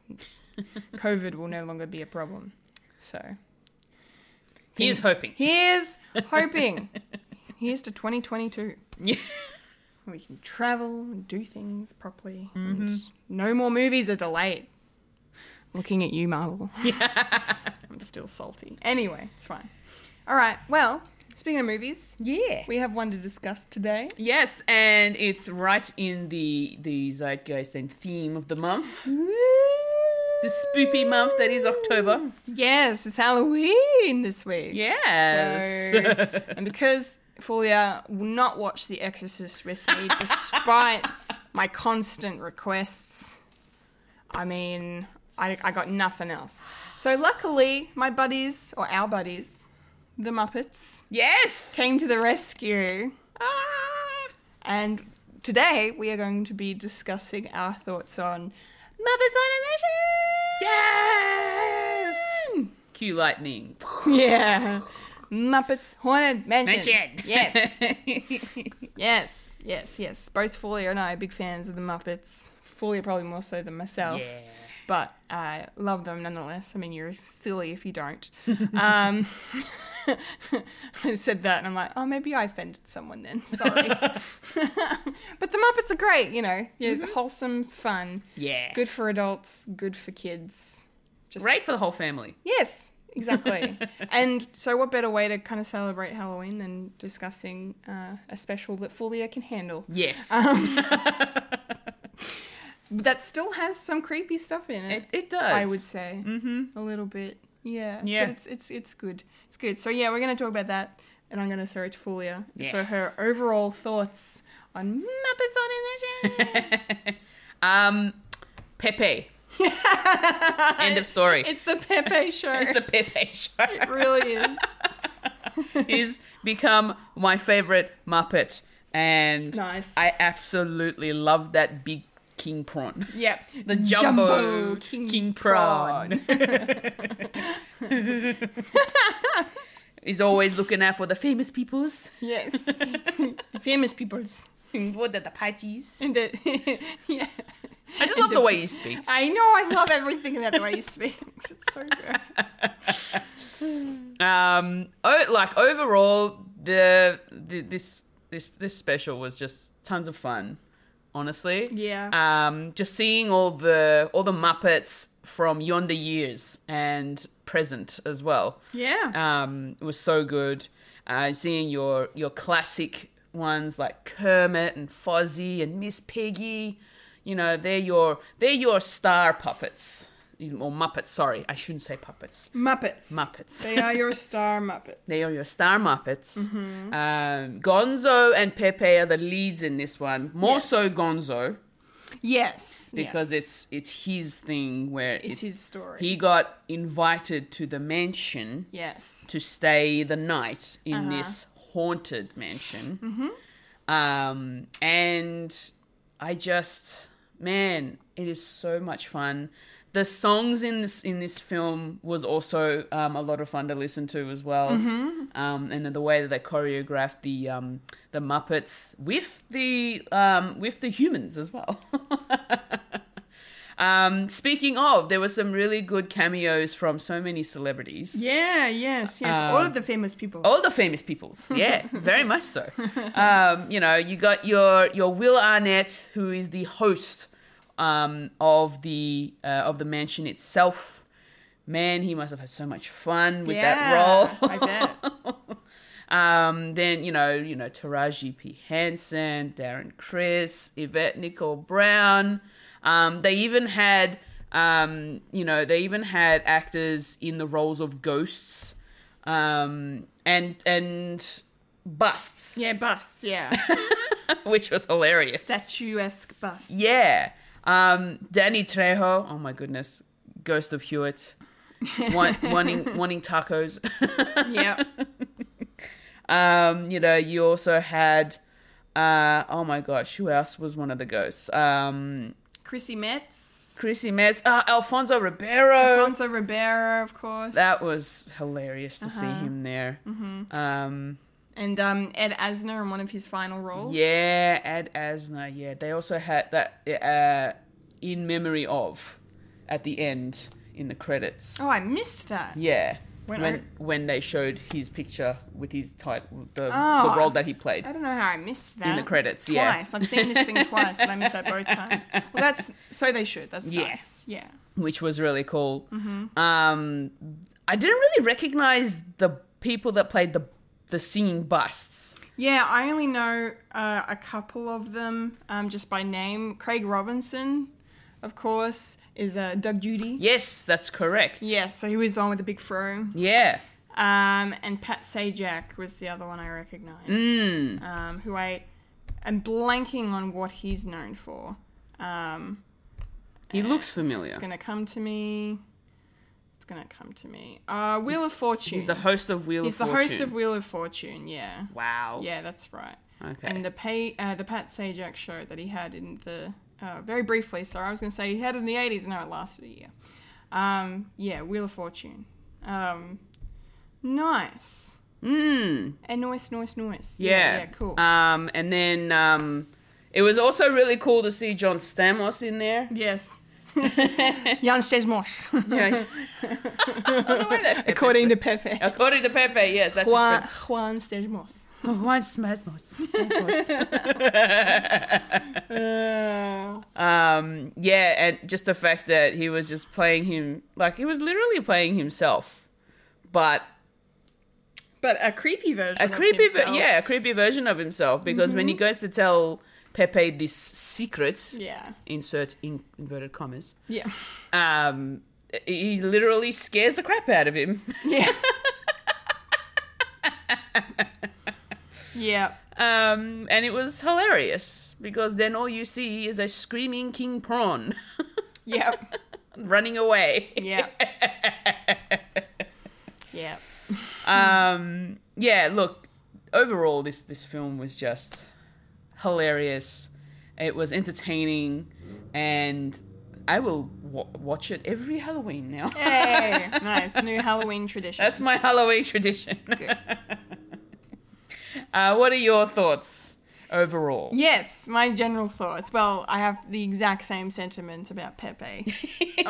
[SPEAKER 1] COVID will no longer be a problem. So
[SPEAKER 2] He's hoping.
[SPEAKER 1] here's hoping. here's to twenty twenty two.
[SPEAKER 2] Yeah.
[SPEAKER 1] We can travel and do things properly. And no more movies are delayed. Looking at you, Marvel. I'm still salty. Anyway, it's fine. All right. Well, speaking of movies,
[SPEAKER 2] Yeah.
[SPEAKER 1] we have one to discuss today.
[SPEAKER 2] Yes, and it's right in the the zeitgeist and theme of the month, the spoopy month that is
[SPEAKER 1] Mm.
[SPEAKER 2] October.
[SPEAKER 1] Yes, it's Halloween this week.
[SPEAKER 2] Yes.
[SPEAKER 1] So- and because Fulia will not watch The Exorcist with me despite my constant requests, I mean, I, I got nothing else. So luckily, my buddies, or our buddies, the Muppets,
[SPEAKER 2] Yes.
[SPEAKER 1] came to the rescue.
[SPEAKER 2] Ah.
[SPEAKER 1] And today we are going to be discussing our thoughts on Muppets
[SPEAKER 2] Yes.
[SPEAKER 1] on a Mission!
[SPEAKER 2] Cue lightning.
[SPEAKER 1] Yeah. Muppets Haunted Mansion.
[SPEAKER 2] Mention.
[SPEAKER 1] Yes, yes, yes, yes. Both Folio and I are big fans of the Muppets. Folio probably more so than myself.
[SPEAKER 2] yeah.
[SPEAKER 1] but uh, love them nonetheless. I mean, you're silly if you don't. um, I said that, and I'm like, oh, maybe I offended someone then. Sorry. but the Muppets are great, you know. Yeah, wholesome, fun,
[SPEAKER 2] Yeah.
[SPEAKER 1] good for adults, good for kids. Just
[SPEAKER 2] Great for the whole family.
[SPEAKER 1] Yes, exactly. and so, what better way to kind of celebrate Halloween than discussing uh, a special that Fulia can handle?
[SPEAKER 2] Yes.
[SPEAKER 1] That still has some creepy stuff in it.
[SPEAKER 2] it, it does.
[SPEAKER 1] I would say mm-hmm. a little bit. Yeah.
[SPEAKER 2] Yeah.
[SPEAKER 1] But it's it's it's good. It's good. So yeah, we're gonna talk about that, and I'm gonna throw it to Fulia
[SPEAKER 2] Yeah.
[SPEAKER 1] for her overall thoughts on Muppets on Illusion.
[SPEAKER 2] Um, Pepe. End of story. It's,
[SPEAKER 1] it's the Pepe show.
[SPEAKER 2] the Pepe show.
[SPEAKER 1] it really is.
[SPEAKER 2] He's become my favorite Muppet, and
[SPEAKER 1] Nice.
[SPEAKER 2] I absolutely love that big king prawn.
[SPEAKER 1] Yep.
[SPEAKER 2] The jumbo,
[SPEAKER 1] Jumbo
[SPEAKER 2] king,
[SPEAKER 1] king
[SPEAKER 2] prawn. He's always looking out for the famous peoples.
[SPEAKER 1] Yes. Famous peoples.
[SPEAKER 2] What are the parties?
[SPEAKER 1] And the, yeah.
[SPEAKER 2] I just love the way he speaks.
[SPEAKER 1] I know I love everything about the way he speaks. It's so good.
[SPEAKER 2] um oh, like overall the, the this this this special was just tons of fun honestly
[SPEAKER 1] Yeah.
[SPEAKER 2] um just seeing all the all the muppets from yonder years and present as well
[SPEAKER 1] Yeah.
[SPEAKER 2] um it was so good uh seeing your your classic ones like kermit and fozzie and miss piggy you know they're your they're your star puppets or muppets sorry i shouldn't say puppets
[SPEAKER 1] Muppets.
[SPEAKER 2] Muppets.
[SPEAKER 1] They are your star Muppets.
[SPEAKER 2] They are your star Muppets.
[SPEAKER 1] Mm-hmm.
[SPEAKER 2] Um, Gonzo and Pepe are the leads in this one. More
[SPEAKER 1] Yes.
[SPEAKER 2] so Gonzo
[SPEAKER 1] yes.
[SPEAKER 2] because
[SPEAKER 1] yes.
[SPEAKER 2] it's it's his thing where
[SPEAKER 1] it's his story.
[SPEAKER 2] He got invited to the mansion
[SPEAKER 1] yes.
[SPEAKER 2] to stay the night in this haunted mansion. Um, and I just, man, it is so much fun. The songs in this in this film was also um, a lot of fun to listen to as well, um, and then the way that they choreographed the um, the Muppets with the um, with the humans as well. um, speaking of, there were some really good cameos from so many celebrities.
[SPEAKER 1] yeah. Yes. Yes.
[SPEAKER 2] Um,
[SPEAKER 1] All of the famous people.
[SPEAKER 2] All the famous peoples, yeah, very much so. Um, you know, you got your your Will Arnett, who is the host um, of the uh, of the mansion itself. Man, he must have had so much fun with that
[SPEAKER 1] yeah,
[SPEAKER 2] role.
[SPEAKER 1] I bet.
[SPEAKER 2] Um, then you know, you know, Taraji P Henson, Darren Chris, Yvette Nicole Brown. Um, they even had, um, you know, they even had actors in the roles of ghosts, um, and and busts,
[SPEAKER 1] Yeah. Busts. Yeah.
[SPEAKER 2] which was hilarious.
[SPEAKER 1] Statuesque busts.
[SPEAKER 2] Yeah. Um, Danny Trejo. Oh my goodness, Ghost of Hewitt. Want, wanting wanting tacos.
[SPEAKER 1] Yeah.
[SPEAKER 2] Um, you know, you also had uh oh my gosh, who else was one of the ghosts? Um
[SPEAKER 1] Chrissy Metz.
[SPEAKER 2] Chrissy Metz, uh, Alfonso Ribeiro.
[SPEAKER 1] Alfonso Ribeiro, of course.
[SPEAKER 2] Oh. that was hilarious to see
[SPEAKER 1] Uh-huh.
[SPEAKER 2] him there.
[SPEAKER 1] Mm-hmm.
[SPEAKER 2] Um,
[SPEAKER 1] and um, Ed Asner in one of his final roles.
[SPEAKER 2] yeah, Ad Asner. Yeah, they also had that uh, in memory of at the end in the credits.
[SPEAKER 1] Oh, I missed that.
[SPEAKER 2] Yeah, when
[SPEAKER 1] When
[SPEAKER 2] when,
[SPEAKER 1] I-
[SPEAKER 2] they showed his picture with his title, the,
[SPEAKER 1] Oh,
[SPEAKER 2] the role that he played.
[SPEAKER 1] I don't know how I missed that.
[SPEAKER 2] the credits,
[SPEAKER 1] twice.
[SPEAKER 2] yeah.
[SPEAKER 1] I've seen this thing twice, and I missed that both times. Well, that's so they should. That's
[SPEAKER 2] Yeah.
[SPEAKER 1] nice. Yeah.
[SPEAKER 2] which was really cool.
[SPEAKER 1] Mm-hmm.
[SPEAKER 2] Um, I didn't really recognize the people that played the the singing busts.
[SPEAKER 1] Yeah, I only know uh, a couple of them um, just by name. Craig Robinson, of course, is uh, Doug Judy. Yeah.
[SPEAKER 2] Yes, that's correct.
[SPEAKER 1] so he was the one with the big fro.
[SPEAKER 2] Yeah.
[SPEAKER 1] Um, and Pat Sajak was the other one I recognized,
[SPEAKER 2] Mm.
[SPEAKER 1] um, who I am blanking on what he's known for. Um,
[SPEAKER 2] He looks familiar.
[SPEAKER 1] It's gonna come to me. It's gonna come to me. Uh, Wheel of Fortune.
[SPEAKER 2] He's the host of Wheel
[SPEAKER 1] He's
[SPEAKER 2] of
[SPEAKER 1] the
[SPEAKER 2] Fortune.
[SPEAKER 1] host of Wheel of Fortune. Yeah.
[SPEAKER 2] Wow.
[SPEAKER 1] Yeah, that's right.
[SPEAKER 2] Okay.
[SPEAKER 1] And the pay, uh, the Pat Sajak show that he had in the uh, very briefly. Sorry, I was gonna say he had it in the eighties. No, it lasted a year. Um, yeah, Wheel of Fortune. Um, nice.
[SPEAKER 2] Mm.
[SPEAKER 1] And noise, noise, noise.
[SPEAKER 2] Yeah.
[SPEAKER 1] Yeah, cool.
[SPEAKER 2] Um, and then um, it was also really cool to see John Stamos in there.
[SPEAKER 1] yes. Jan Stesmos,
[SPEAKER 2] You know, oh, the way that Pepe
[SPEAKER 1] according
[SPEAKER 2] said-
[SPEAKER 1] to Pepe.
[SPEAKER 2] according to Pepe, yes, that's
[SPEAKER 1] Juan, Juan Stesmos.
[SPEAKER 2] Juan Smesmos.
[SPEAKER 1] Uh,
[SPEAKER 2] um, yeah, and just the fact that he was just playing him like he was literally playing himself, but
[SPEAKER 1] but a creepy version.
[SPEAKER 2] a
[SPEAKER 1] of
[SPEAKER 2] creepy, ver-
[SPEAKER 1] himself. Mm-hmm.
[SPEAKER 2] yeah, a creepy version of himself because when he goes to tell Pepe this secret,
[SPEAKER 1] Yeah.
[SPEAKER 2] insert in- inverted commas,
[SPEAKER 1] Yeah.
[SPEAKER 2] um, he literally scares the crap out of him.
[SPEAKER 1] Yeah. yeah.
[SPEAKER 2] Um, and it was hilarious because then all you see is a screaming king prawn
[SPEAKER 1] Yeah.
[SPEAKER 2] running away.
[SPEAKER 1] Yeah. Yeah.
[SPEAKER 2] Um, yeah, look, overall, this this film was just hilarious. It was entertaining, and I will wa watch it every Halloween now.
[SPEAKER 1] Hey, nice new Halloween tradition.
[SPEAKER 2] That's my Halloween tradition.
[SPEAKER 1] Good.
[SPEAKER 2] Uh, what are your thoughts overall?
[SPEAKER 1] Yes, my general thoughts. Well, I have the exact same sentiment about Pepe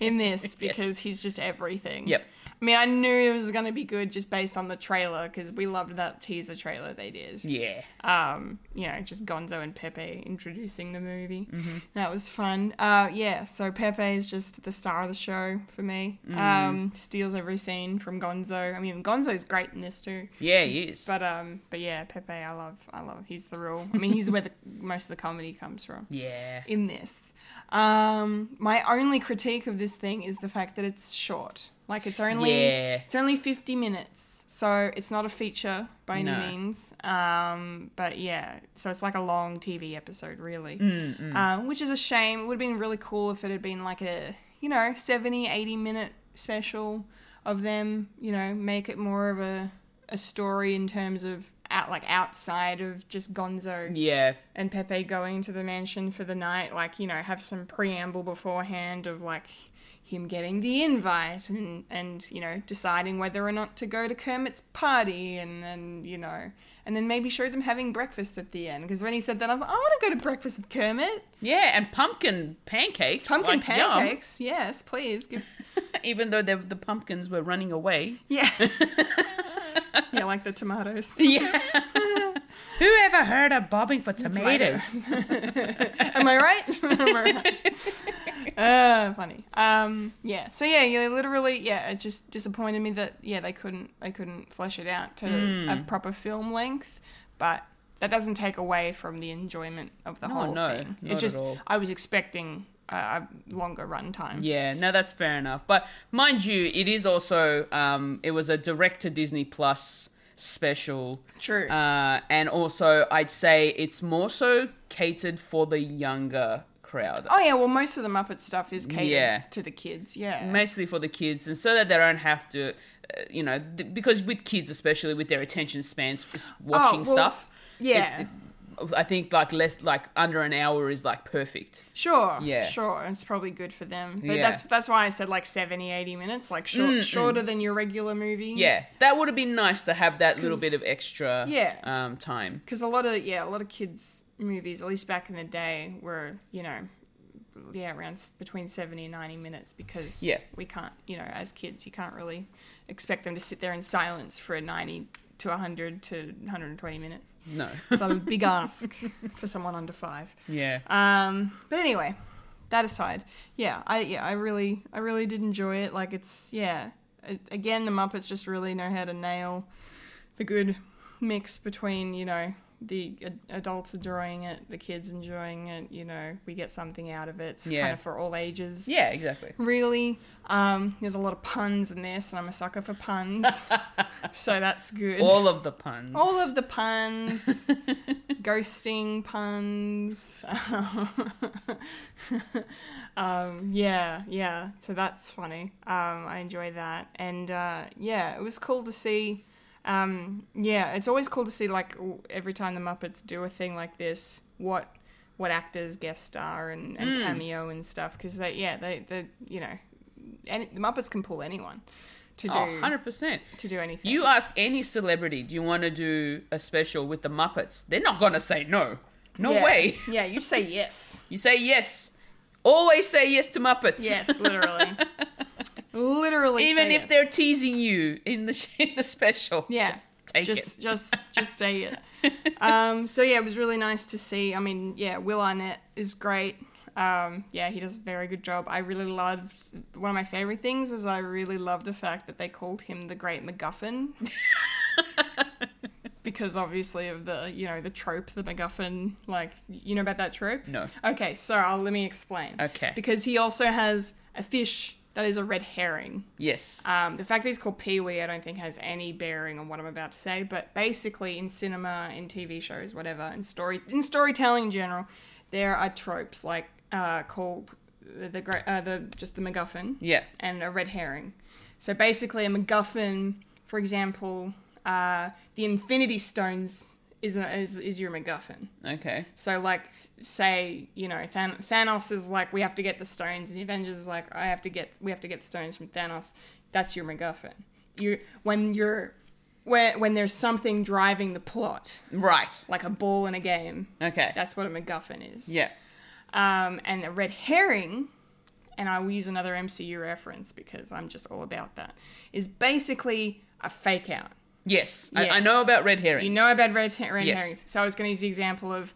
[SPEAKER 1] in this because he's just everything.
[SPEAKER 2] Yep.
[SPEAKER 1] I mean, I knew it was going to be good just based on the trailer because we loved that teaser trailer they did.
[SPEAKER 2] Yeah.
[SPEAKER 1] Um, you know, just Gonzo and Pepe introducing the movie. That was fun. Uh, yeah, so Pepe is just the star of the show for me. Um, steals every scene from Gonzo. I mean, Gonzo's great in this too.
[SPEAKER 2] Yeah, he is.
[SPEAKER 1] But um, but yeah, Pepe, I love, I love. He's the real. I mean, he's where the most of the comedy comes from
[SPEAKER 2] yeah.
[SPEAKER 1] in this. Um, my only critique of this thing is the fact that it's short. Like it's only
[SPEAKER 2] Yeah.
[SPEAKER 1] it's only fifty minutes, so it's not a feature by
[SPEAKER 2] No.
[SPEAKER 1] any means. Um, but yeah, so it's like a long TV episode, really,
[SPEAKER 2] Mm,
[SPEAKER 1] Uh, which is a shame. It would have been really cool if it had been like a you know 70, 80 minute special of them. You know, make it more of a a story in terms of out like outside of just Gonzo
[SPEAKER 2] Yeah.
[SPEAKER 1] and Pepe going to the mansion for the night, like, you know, have some preamble beforehand of like him getting the invite and, and you know, deciding whether or not to go to Kermit's party and then, you know, and then maybe show them having breakfast at the end. Because when he said that, I was like, I want to go to breakfast with Kermit.
[SPEAKER 2] Yeah, and pumpkin pancakes.
[SPEAKER 1] Pumpkin
[SPEAKER 2] like, yum.
[SPEAKER 1] pancakes. Yes, please. Give-
[SPEAKER 2] even though they- the pumpkins were running away.
[SPEAKER 1] yeah. yeah, like the tomatoes.
[SPEAKER 2] Yeah. Who ever heard of bobbing for tomatoes?
[SPEAKER 1] Am I right? Am I right? Uh, funny. Um, yeah. So yeah, yeah. Literally, yeah. It just disappointed me that yeah they couldn't they couldn't flesh it out to
[SPEAKER 2] Hmm.
[SPEAKER 1] a proper film length, but that doesn't take away from the enjoyment of the
[SPEAKER 2] No,
[SPEAKER 1] whole
[SPEAKER 2] no,
[SPEAKER 1] thing.
[SPEAKER 2] not
[SPEAKER 1] it's
[SPEAKER 2] at
[SPEAKER 1] just
[SPEAKER 2] all.
[SPEAKER 1] I was expecting a, a longer runtime.
[SPEAKER 2] Yeah, no, that's fair enough. But mind you, it is also um, it was a direct to Disney Plus special,
[SPEAKER 1] True.
[SPEAKER 2] uh, and also I'd say it's more so catered for the younger crowd,
[SPEAKER 1] oh yeah. Well, most of the Muppet stuff is catered
[SPEAKER 2] Yeah.
[SPEAKER 1] to the kids. Yeah.
[SPEAKER 2] mostly for the kids, and so that they don't have to, uh, you know, th- because with kids especially with their attention spans, is watching
[SPEAKER 1] Oh, well,
[SPEAKER 2] stuff.
[SPEAKER 1] yeah.
[SPEAKER 2] it- I think like less like under an hour is like perfect.
[SPEAKER 1] Sure.
[SPEAKER 2] Yeah.
[SPEAKER 1] Sure. It's probably good for them. But
[SPEAKER 2] Yeah.
[SPEAKER 1] that's that's why I said like 70, 80 minutes, like short, shorter than your regular movie.
[SPEAKER 2] Yeah, that would have been nice to have that little bit of
[SPEAKER 1] 'Cause-
[SPEAKER 2] extra
[SPEAKER 1] yeah.
[SPEAKER 2] um, time.
[SPEAKER 1] Cuz a lot of yeah, a lot of kids movies at least back in the day were, you know, yeah, around s- between 70 and 90 minutes because
[SPEAKER 2] Yeah.
[SPEAKER 1] we can't, you know, as kids you can't really expect them to sit there in silence for 90 to 100 to 120 minutes.
[SPEAKER 2] No.
[SPEAKER 1] It's a big ask for someone under 5.
[SPEAKER 2] Yeah.
[SPEAKER 1] Um, but anyway, that aside, yeah, I yeah, I really I really did enjoy it. Like it's yeah, a- again the Muppets just really know how to nail the good mix between you know the ad- adults enjoying it, the kids enjoying it. You know, we get something out of it. It's
[SPEAKER 2] Yeah.
[SPEAKER 1] kind of for all ages.
[SPEAKER 2] Yeah, exactly.
[SPEAKER 1] Really, um, there's a lot of puns in this, and I'm a sucker for puns, so that's good.
[SPEAKER 2] All of the puns.
[SPEAKER 1] All of the puns, ghosting puns. um, yeah, yeah. So that's funny. Um, I enjoy that, and uh, yeah, it was cool to see. Um, yeah, it's always cool to see like w- every time the Muppets do a thing like this, what what actors guest star and,
[SPEAKER 2] Hmm.
[SPEAKER 1] and cameo and stuff because they yeah they they you know any, the Muppets can pull anyone to do
[SPEAKER 2] Oh, 100%.
[SPEAKER 1] to do anything.
[SPEAKER 2] You ask any celebrity, do you want to do a special with the Muppets? They're not going to say no. No
[SPEAKER 1] Yeah.
[SPEAKER 2] way.
[SPEAKER 1] Yeah, you say yes.
[SPEAKER 2] You say yes. Always say yes to Muppets.
[SPEAKER 1] Yes, literally. literally.
[SPEAKER 2] Even
[SPEAKER 1] say
[SPEAKER 2] if
[SPEAKER 1] yes.
[SPEAKER 2] they're teasing you in the in the special.
[SPEAKER 1] Yeah.
[SPEAKER 2] Just take
[SPEAKER 1] just
[SPEAKER 2] it.
[SPEAKER 1] just just day it. Um, so yeah, it was really nice to see. I mean, yeah, Will Arnett is great. Um, yeah, he does a very good job. I really loved one of my favorite things is I really loved the fact that they called him the Great MacGuffin. Because obviously of the you know the trope the MacGuffin like you know about that trope
[SPEAKER 2] No.
[SPEAKER 1] okay so I'll, let me explain
[SPEAKER 2] Okay.
[SPEAKER 1] because he also has a fish that is a red herring
[SPEAKER 2] Yes.
[SPEAKER 1] um, the fact that he's called Pee Wee, I don't think has any bearing on what I'm about to say. But basically, in cinema, in TV shows, whatever, in story, in storytelling in general, there are tropes like uh, called the, the gre- uh, the just the MacGuffin
[SPEAKER 2] yeah.
[SPEAKER 1] and a red herring. So basically, a MacGuffin, for example, uh, the Infinity Stones is a, is is your MacGuffin.
[SPEAKER 2] Okay.
[SPEAKER 1] So, like, s- say you know, Than- Thanos is like, we have to get the stones, and the Avengers is like, I have to get, we have to get the stones from Thanos. That's your MacGuffin. You when you're when when there's something driving the plot,
[SPEAKER 2] Right.
[SPEAKER 1] like a ball in a game.
[SPEAKER 2] Okay.
[SPEAKER 1] That's what a MacGuffin is.
[SPEAKER 2] yeah.
[SPEAKER 1] Um, and a red herring, and I will use another MCU reference because I'm just all about that. Is basically a fake out.
[SPEAKER 2] Yes.
[SPEAKER 1] Yeah.
[SPEAKER 2] I, I know about red herrings.
[SPEAKER 1] You know about red, her- red
[SPEAKER 2] Yes.
[SPEAKER 1] herrings. So I was going to use the example of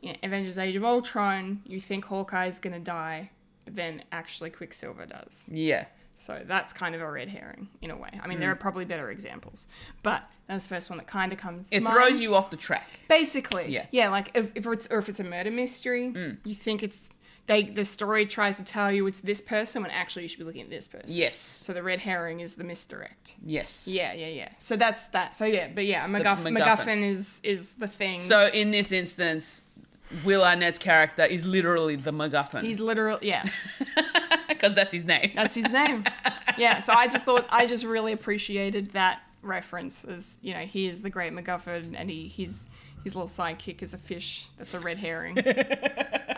[SPEAKER 1] you know, Avengers Age of Ultron. You think Hawkeye's going to die, but then actually Quicksilver does.
[SPEAKER 2] Yeah.
[SPEAKER 1] So that's kind of a red herring in a way. I
[SPEAKER 2] Mm.
[SPEAKER 1] mean, there are probably better examples, but that's the first one that kind of comes to
[SPEAKER 2] It
[SPEAKER 1] mind.
[SPEAKER 2] throws you off the track.
[SPEAKER 1] Basically,
[SPEAKER 2] Yeah. Mm.
[SPEAKER 1] yeah. Like if, if it's or if it's a murder mystery, you think it's they the story tries to tell you it's this person when actually you should be looking at this person.
[SPEAKER 2] Yes.
[SPEAKER 1] So the red herring is the misdirect.
[SPEAKER 2] Yes.
[SPEAKER 1] Yeah, yeah, yeah. So that's that. So yeah, but yeah, MacGuff- MacGuffin,
[SPEAKER 2] MacGuffin.
[SPEAKER 1] is is the thing.
[SPEAKER 2] So in this instance, Will Arnett's character is literally the MacGuffin
[SPEAKER 1] he's literally yeah,
[SPEAKER 2] because that's his name.
[SPEAKER 1] that's his name. yeah. So I just thought I just really appreciated that reference as you know he is the great MacGuffin and he his his little sidekick is a fish that's a red herring.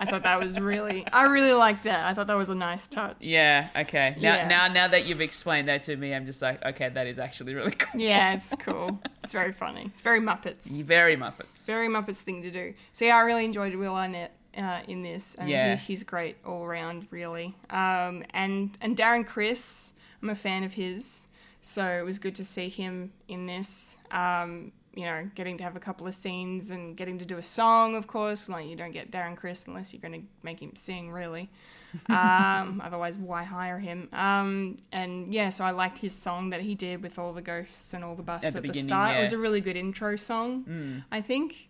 [SPEAKER 1] I thought that was really I really liked that. I thought that was a nice touch.
[SPEAKER 2] yeah. Okay. Now,
[SPEAKER 1] Yeah.
[SPEAKER 2] now, now that you've explained that to me, I'm just like, okay, that is actually really cool.
[SPEAKER 1] Yeah, it's cool. It's very funny. It's very Muppets.
[SPEAKER 2] Very Muppets.
[SPEAKER 1] very Muppets thing to do. So yeah, I really enjoyed Will Arnett uh, in this, and
[SPEAKER 2] Yeah.
[SPEAKER 1] he, he's great all around, really. Um, and and Darren Chris, I'm a fan of his, so it was good to see him in this. Um, you know, getting to have a couple of scenes and getting to do a song, of course. Like you don't get Darren Chris unless you're going to make him sing, really. Um, otherwise, why hire him? Um, and yeah, so I liked his song that he did with all the ghosts and all the busts
[SPEAKER 2] At
[SPEAKER 1] at
[SPEAKER 2] the
[SPEAKER 1] the,
[SPEAKER 2] beginning,
[SPEAKER 1] start. It
[SPEAKER 2] yeah. Mm.
[SPEAKER 1] was a really good intro song, I think,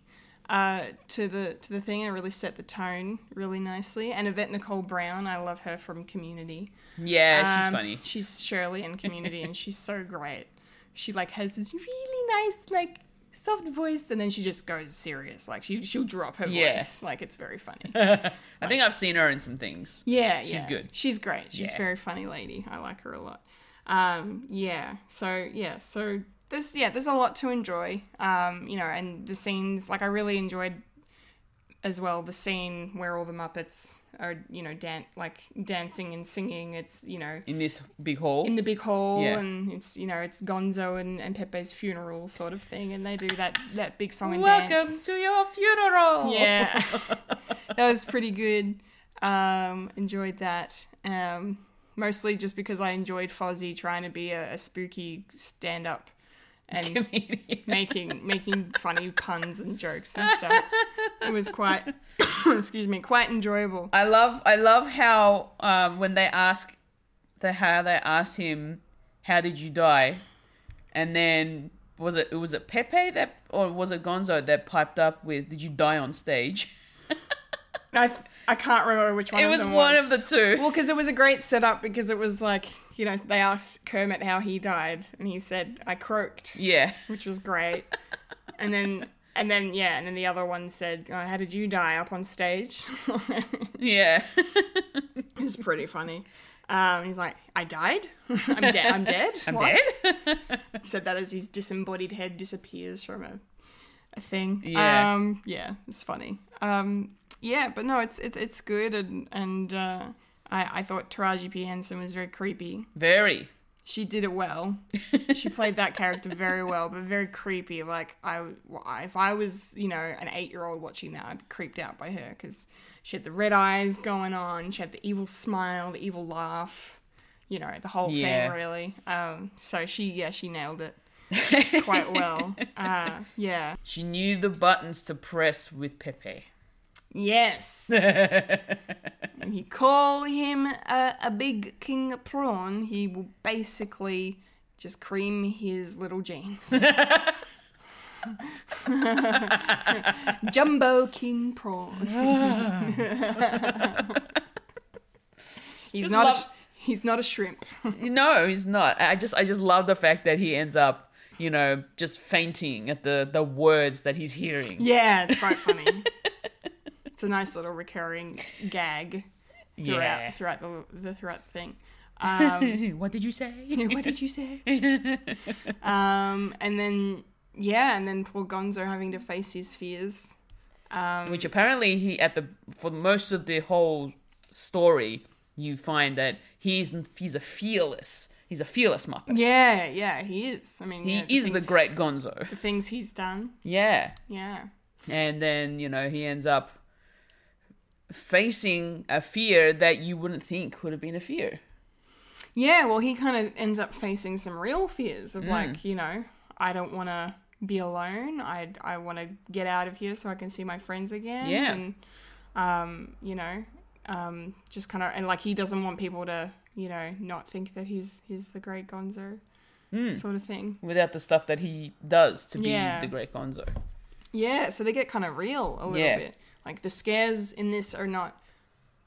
[SPEAKER 1] uh, to the to the thing. It really set the tone really nicely. And Yvette Nicole Brown, I love her from Community.
[SPEAKER 2] Yeah, she's
[SPEAKER 1] Um,
[SPEAKER 2] funny.
[SPEAKER 1] She's Shirley in Community, and she's so great. She like has this really nice like soft voice, and then she just goes serious. Like she she'll drop her
[SPEAKER 2] Yeah.
[SPEAKER 1] voice. Like it's very funny.
[SPEAKER 2] I think I've seen her in some things.
[SPEAKER 1] Yeah,
[SPEAKER 2] She's
[SPEAKER 1] yeah.
[SPEAKER 2] good.
[SPEAKER 1] She's great. She's
[SPEAKER 2] Yeah.
[SPEAKER 1] a very funny lady. I like her a lot. Um, yeah. So yeah. So there's yeah. There's a lot to enjoy. Um, you know, and the scenes like I really enjoyed as well the scene where all the Muppets are you know dan- like dancing and singing. It's you know
[SPEAKER 2] In this big hall.
[SPEAKER 1] in the big hall
[SPEAKER 2] Yeah.
[SPEAKER 1] and it's you know it's Gonzo and, and Pepe's funeral sort of thing, and they do that that big song and
[SPEAKER 2] Welcome
[SPEAKER 1] dance.
[SPEAKER 2] to your funeral.
[SPEAKER 1] Yeah. that was pretty good. Um, enjoyed that. Um, mostly just because I enjoyed Fozzie trying to be a, a spooky stand up and making making funny puns and jokes and stuff. It was quite excuse me, quite enjoyable.
[SPEAKER 2] I love I love how um, when they ask the how they asked him how did you die, and then was it was it Pepe that or was it Gonzo that piped up with did you die on stage?
[SPEAKER 1] I th- I can't remember which one
[SPEAKER 2] It
[SPEAKER 1] of
[SPEAKER 2] was
[SPEAKER 1] them
[SPEAKER 2] one of the two.
[SPEAKER 1] Well, because it was a great setup because it was like, you know, they asked Kermit how he died and he said, I croaked.
[SPEAKER 2] Yeah,
[SPEAKER 1] which was great. and then and then yeah, and then the other one said, oh, "How did you die up on stage?" it
[SPEAKER 2] yeah,
[SPEAKER 1] was pretty funny. Um, he's like, "I died. I'm dead. I'm dead.
[SPEAKER 2] I'm
[SPEAKER 1] What?"
[SPEAKER 2] dead.
[SPEAKER 1] He said that as his disembodied head disappears from a, a thing.
[SPEAKER 2] Yeah.
[SPEAKER 1] um, yeah, it's funny. Um, yeah, but no, it's it's it's good, and and uh, I I thought Taraji P Henson was very creepy.
[SPEAKER 2] Very.
[SPEAKER 1] she did it well. she played that character very well, but very creepy. Like I, if I was, you know, an eight-year-old watching that, I'd be creeped out by her because She had the red eyes going on. She had the evil smile, the evil laugh. You know, the whole
[SPEAKER 2] Yeah.
[SPEAKER 1] thing really. Um, so she, yeah, she nailed it quite well. Uh, yeah.
[SPEAKER 2] She knew the buttons to press with Pepe.
[SPEAKER 1] Yes. and you call him a, a big king prawn, he will basically just cream his little jeans. Jumbo king prawn. he's
[SPEAKER 2] Just
[SPEAKER 1] not. A,
[SPEAKER 2] love-
[SPEAKER 1] sh- he's not a shrimp.
[SPEAKER 2] No, he's not. I just I just love the fact that he ends up, you know, just fainting at the the words that he's hearing.
[SPEAKER 1] Yeah, it's quite funny. it's a nice little recurring gag throughout
[SPEAKER 2] Yeah.
[SPEAKER 1] throughout the, the throughout the thing. Um,
[SPEAKER 2] what did you say?
[SPEAKER 1] what did you say? um, and then yeah, and then poor Gonzo having to face his fears.
[SPEAKER 2] Which apparently he at the for most of the whole story, you find that he's he's a fearless. He's a fearless muppet.
[SPEAKER 1] Yeah, yeah, he is. I mean,
[SPEAKER 2] He
[SPEAKER 1] yeah,
[SPEAKER 2] is the
[SPEAKER 1] things-
[SPEAKER 2] great Gonzo.
[SPEAKER 1] The things he's done.
[SPEAKER 2] Yeah.
[SPEAKER 1] Yeah,
[SPEAKER 2] And then, you know, he ends up facing a fear that you wouldn't think would have been a fear.
[SPEAKER 1] yeah. Well, he kind of ends up facing some real fears
[SPEAKER 2] Mm.
[SPEAKER 1] of like, you know, I don't want to be alone. I I want to get out of here so I can see my friends again.
[SPEAKER 2] Yeah.
[SPEAKER 1] and um, you know, um, just kind of and like he doesn't want people to you know not think that he's he's the great Gonzo
[SPEAKER 2] Hmm.
[SPEAKER 1] sort of thing.
[SPEAKER 2] without the stuff that he does to be
[SPEAKER 1] Yeah.
[SPEAKER 2] the great Gonzo.
[SPEAKER 1] Yeah, so they get kind of real a little
[SPEAKER 2] Yeah.
[SPEAKER 1] bit. Like the scares in this are not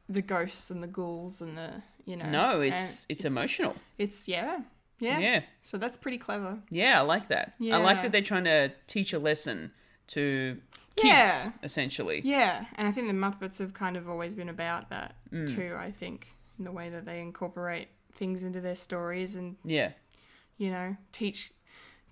[SPEAKER 1] the ghosts and the ghouls and the you know.
[SPEAKER 2] No,
[SPEAKER 1] and
[SPEAKER 2] it's it's emotional.
[SPEAKER 1] it's yeah, yeah,
[SPEAKER 2] Yeah. yeah,
[SPEAKER 1] So that's pretty clever.
[SPEAKER 2] I like that. I like
[SPEAKER 1] Yeah.
[SPEAKER 2] that they're trying to teach a lesson to kids,
[SPEAKER 1] Yeah.
[SPEAKER 2] essentially.
[SPEAKER 1] Yeah, and I think the Muppets have kind of always been about that
[SPEAKER 2] Mm.
[SPEAKER 1] too. I think in the way that they incorporate things into their stories and
[SPEAKER 2] Yeah,
[SPEAKER 1] you know teach.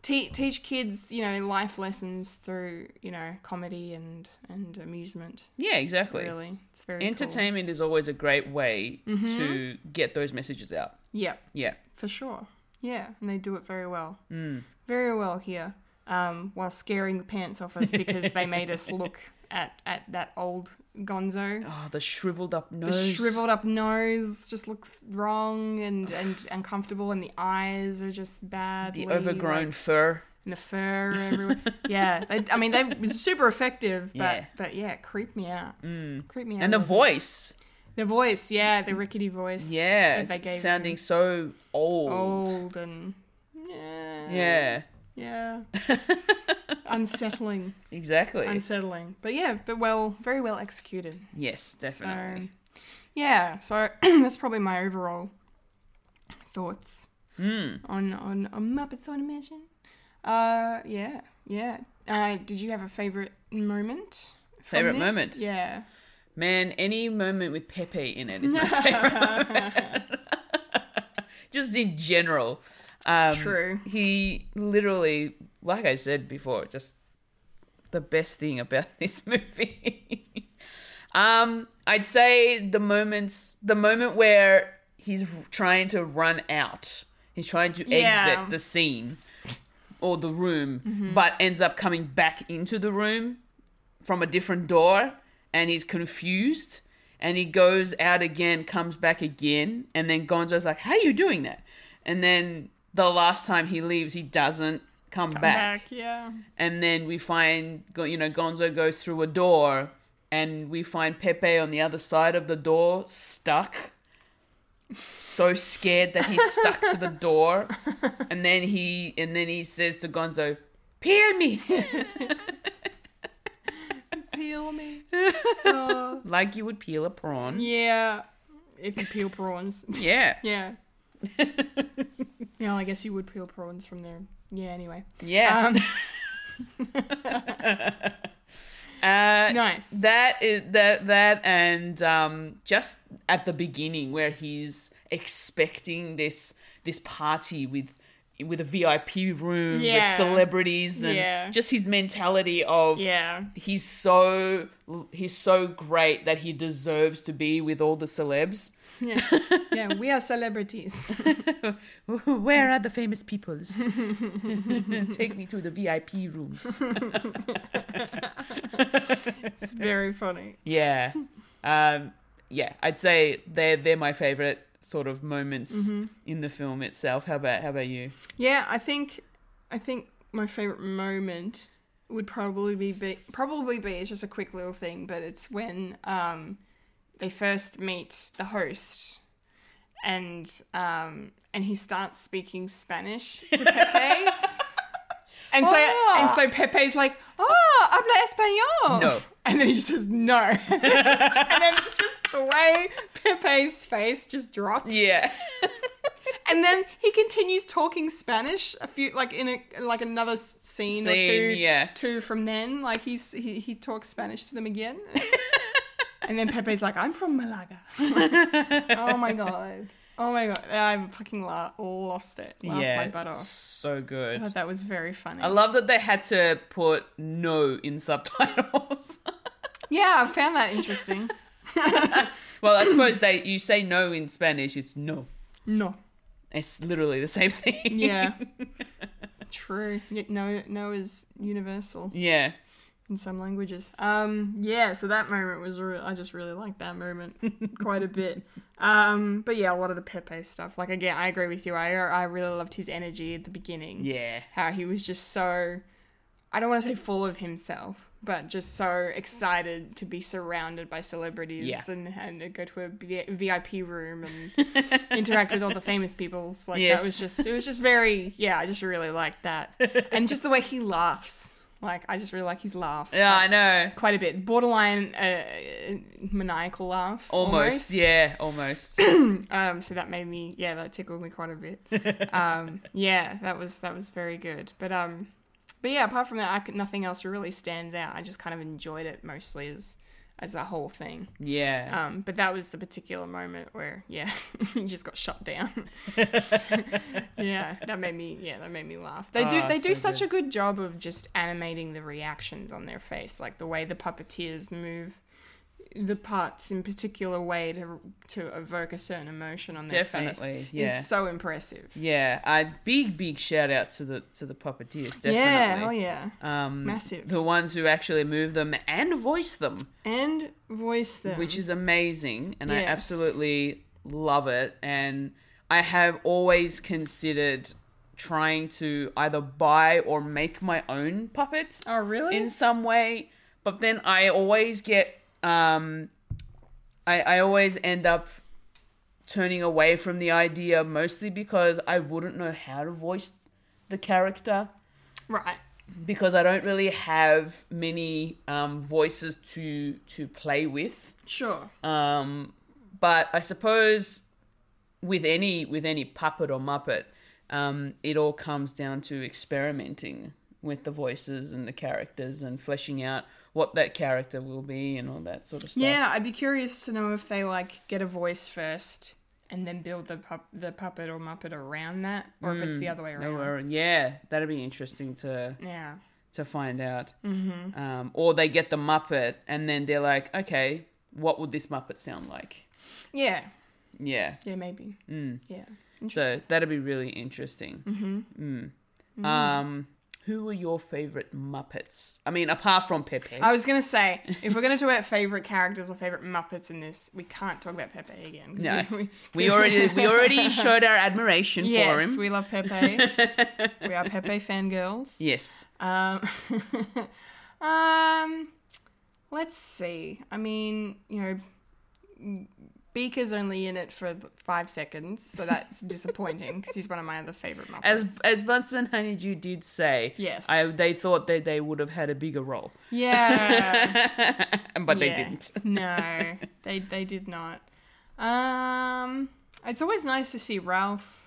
[SPEAKER 1] Te- teach kids, you know, life lessons through, you know, comedy and and amusement.
[SPEAKER 2] yeah, exactly.
[SPEAKER 1] Really, it's very cool. Mm-hmm.
[SPEAKER 2] Entertainment is always a great way to get those messages out.
[SPEAKER 1] Yeah,
[SPEAKER 2] Yeah,
[SPEAKER 1] For sure. Yeah, and they do it very well.
[SPEAKER 2] Mm.
[SPEAKER 1] Very well here. Um, while scaring the pants off us because they made us look at, at that old gonzo.
[SPEAKER 2] oh, the shriveled up
[SPEAKER 1] The
[SPEAKER 2] nose,
[SPEAKER 1] shriveled up nose just looks wrong and, and uncomfortable, and the eyes are just bad.
[SPEAKER 2] the overgrown fur.
[SPEAKER 1] and the fur everywhere. yeah, they, I mean, they was super effective, but
[SPEAKER 2] Yeah.
[SPEAKER 1] but yeah, creep me out. Mm. Creep me out.
[SPEAKER 2] And the voice,
[SPEAKER 1] the voice, yeah, the rickety voice.
[SPEAKER 2] yeah,
[SPEAKER 1] that they gave
[SPEAKER 2] sounding
[SPEAKER 1] him.
[SPEAKER 2] so old.
[SPEAKER 1] old and yeah,
[SPEAKER 2] Yeah,
[SPEAKER 1] Yeah. Unsettling.
[SPEAKER 2] exactly.
[SPEAKER 1] Unsettling. But yeah, but well, very well executed.
[SPEAKER 2] yes, definitely.
[SPEAKER 1] So, yeah, so that's probably my overall thoughts
[SPEAKER 2] Hmm.
[SPEAKER 1] on, on on Muppets on a Mission. Uh, yeah, yeah. Uh, did you have a favorite moment? from
[SPEAKER 2] Favorite
[SPEAKER 1] this?
[SPEAKER 2] moment?
[SPEAKER 1] Yeah.
[SPEAKER 2] Man, any moment with Pepe in it is my favorite. moment. Just in general. Um,
[SPEAKER 1] True.
[SPEAKER 2] He literally, like I said before, just the best thing about this movie. um, I'd say the moments, the moment where he's trying to run out, he's trying to
[SPEAKER 1] Yeah. Mm-hmm.
[SPEAKER 2] exit the scene or the room, but ends up coming back into the room from a different door and he's confused and he goes out again, comes back again, and then Gonzo's like, How are you doing that? And then the last time he leaves, he doesn't come, back.
[SPEAKER 1] yeah.
[SPEAKER 2] And then we find, go- you know, Gonzo goes through a door and we find Pepe on the other side of the door, stuck. So scared that he's stuck to the door, and then he and then he says to Gonzo, "Peel me,"
[SPEAKER 1] Peel me. Oh.
[SPEAKER 2] like you would peel a prawn.
[SPEAKER 1] yeah. If you peel prawns.
[SPEAKER 2] Yeah.
[SPEAKER 1] Yeah. yeah, I guess you would peel prawns from there. Yeah, anyway.
[SPEAKER 2] Yeah.
[SPEAKER 1] Um,
[SPEAKER 2] uh,
[SPEAKER 1] nice.
[SPEAKER 2] That is that that and um, just at the beginning where he's expecting this this party with with a VIP room
[SPEAKER 1] Yeah.
[SPEAKER 2] with celebrities and
[SPEAKER 1] Yeah.
[SPEAKER 2] just his mentality of
[SPEAKER 1] yeah.
[SPEAKER 2] he's so he's so great that he deserves to be with all the celebs.
[SPEAKER 1] Yeah. Yeah, we are celebrities.
[SPEAKER 2] Where are the famous peoples? Take me to the VIP rooms.
[SPEAKER 1] It's very funny.
[SPEAKER 2] Yeah. Um, yeah, I'd say they're they're my favorite sort of moments
[SPEAKER 1] Mm-hmm.
[SPEAKER 2] in the film itself. How about how about you?
[SPEAKER 1] Yeah, I think I think my favorite moment would probably be, be probably be it's just a quick little thing, but it's when um they first meet the host and um and he starts speaking Spanish to Pepe. And so,
[SPEAKER 2] Oh.
[SPEAKER 1] and so Pepe's like, "Oh, habla español."
[SPEAKER 2] No.
[SPEAKER 1] and then he just says no. and then it's just the way Pepe's face just drops
[SPEAKER 2] Yeah.
[SPEAKER 1] and then he continues talking Spanish a few like in a like another s- scene, or
[SPEAKER 2] Scene,
[SPEAKER 1] two
[SPEAKER 2] yeah.
[SPEAKER 1] two from then like he's he, he talks Spanish to them again and then Pepe's like I'm from Malaga oh my god oh my god I fucking la- lost it laughed
[SPEAKER 2] yeah.
[SPEAKER 1] my butt off
[SPEAKER 2] So good.
[SPEAKER 1] I thought that was very funny
[SPEAKER 2] I love that they had to put no in subtitles.
[SPEAKER 1] yeah I found that interesting
[SPEAKER 2] well, I suppose they you say no in Spanish, it's no.
[SPEAKER 1] no
[SPEAKER 2] It's literally the same thing.
[SPEAKER 1] yeah true Yet no no is universal
[SPEAKER 2] Yeah.
[SPEAKER 1] in some languages. Um, yeah, so that moment was re- I just really liked that moment quite a bit. Um, but yeah, a lot of the Pepe stuff. Like again, I agree with you. I I really loved his energy at the beginning.
[SPEAKER 2] Yeah.
[SPEAKER 1] how he was just so I don't want to say full of himself, but just so excited to be surrounded by celebrities
[SPEAKER 2] Yeah.
[SPEAKER 1] and and to go to a B- VIP room and interact with all the famous peoples. Like
[SPEAKER 2] Yes.
[SPEAKER 1] that was just it was just very yeah. I just really liked that and just the way he laughs. Like I just really like his laugh.
[SPEAKER 2] Yeah,
[SPEAKER 1] Like,
[SPEAKER 2] I know.
[SPEAKER 1] quite a bit. It's borderline uh, maniacal laugh.
[SPEAKER 2] Almost. Yeah, almost.
[SPEAKER 1] Um, so that made me, yeah, that tickled me quite a bit. um, yeah, that was that was very good. But um, but yeah, apart from that, I could, nothing else really stands out. I just kind of enjoyed it mostly as as a whole thing.
[SPEAKER 2] yeah.
[SPEAKER 1] Um, but that was the particular moment where, yeah, you just got shut down. yeah, that made me, yeah, that made me laugh. They do,
[SPEAKER 2] Ah,
[SPEAKER 1] they do
[SPEAKER 2] so
[SPEAKER 1] such a good job of just animating the reactions on their face, like the way the puppeteers move the parts in particular way to to evoke a certain emotion on their
[SPEAKER 2] Definitely,
[SPEAKER 1] face
[SPEAKER 2] yeah.
[SPEAKER 1] is so impressive.
[SPEAKER 2] Yeah, I big big shout out to the to the puppeteers. Definitely.
[SPEAKER 1] Yeah, Oh, hell yeah,
[SPEAKER 2] Um,
[SPEAKER 1] Massive.
[SPEAKER 2] The ones who actually move them and voice them,
[SPEAKER 1] and voice them,
[SPEAKER 2] which is amazing, and I
[SPEAKER 1] Yes.
[SPEAKER 2] absolutely love it. And I have always considered trying to either buy or make my own puppet
[SPEAKER 1] oh really
[SPEAKER 2] in some way, but then I always get um, I I always end up turning away from the idea mostly because I wouldn't know how to voice the character
[SPEAKER 1] right.
[SPEAKER 2] because I don't really have many um, voices to to play with.
[SPEAKER 1] Sure.
[SPEAKER 2] Um, but I suppose with any with any puppet or muppet, um, it all comes down to experimenting with the voices and the characters and fleshing out what that character will be and all that sort of stuff.
[SPEAKER 1] Yeah, I'd be curious to know if they like get a voice first and then build the pup- the puppet or muppet around that, or if it's the other way
[SPEAKER 2] Mm, No
[SPEAKER 1] around.
[SPEAKER 2] worry. Yeah, that'd be interesting to
[SPEAKER 1] Yeah,
[SPEAKER 2] to find out. Mm-hmm. Um, or they get the Muppet and then they're like, okay, what would this Muppet sound like?
[SPEAKER 1] yeah,
[SPEAKER 2] Yeah.
[SPEAKER 1] yeah, maybe. Yeah, interesting.
[SPEAKER 2] Mm.
[SPEAKER 1] Mm.
[SPEAKER 2] So that'd be really interesting. Mm-hmm. Um, who were your favorite Muppets? I mean, apart from Pepe.
[SPEAKER 1] I was gonna say if we're gonna talk about favorite characters or favorite Muppets in this, we can't talk about Pepe again. 'cause
[SPEAKER 2] No. we already we already showed our admiration for
[SPEAKER 1] yes,
[SPEAKER 2] him.
[SPEAKER 1] we love Pepe. we are Pepe fangirls.
[SPEAKER 2] yes.
[SPEAKER 1] Um, um, let's see. I mean, you know, Beaker's only in it for five seconds, so that's disappointing because he's one of my other favorite Muppets.
[SPEAKER 2] As as Bunsen Honeydew did say,
[SPEAKER 1] Yes.
[SPEAKER 2] I, they thought that they would have had a bigger role, um,
[SPEAKER 1] yeah,
[SPEAKER 2] but they
[SPEAKER 1] yeah.
[SPEAKER 2] didn't.
[SPEAKER 1] no, they they did not. Um, it's always nice to see Ralph.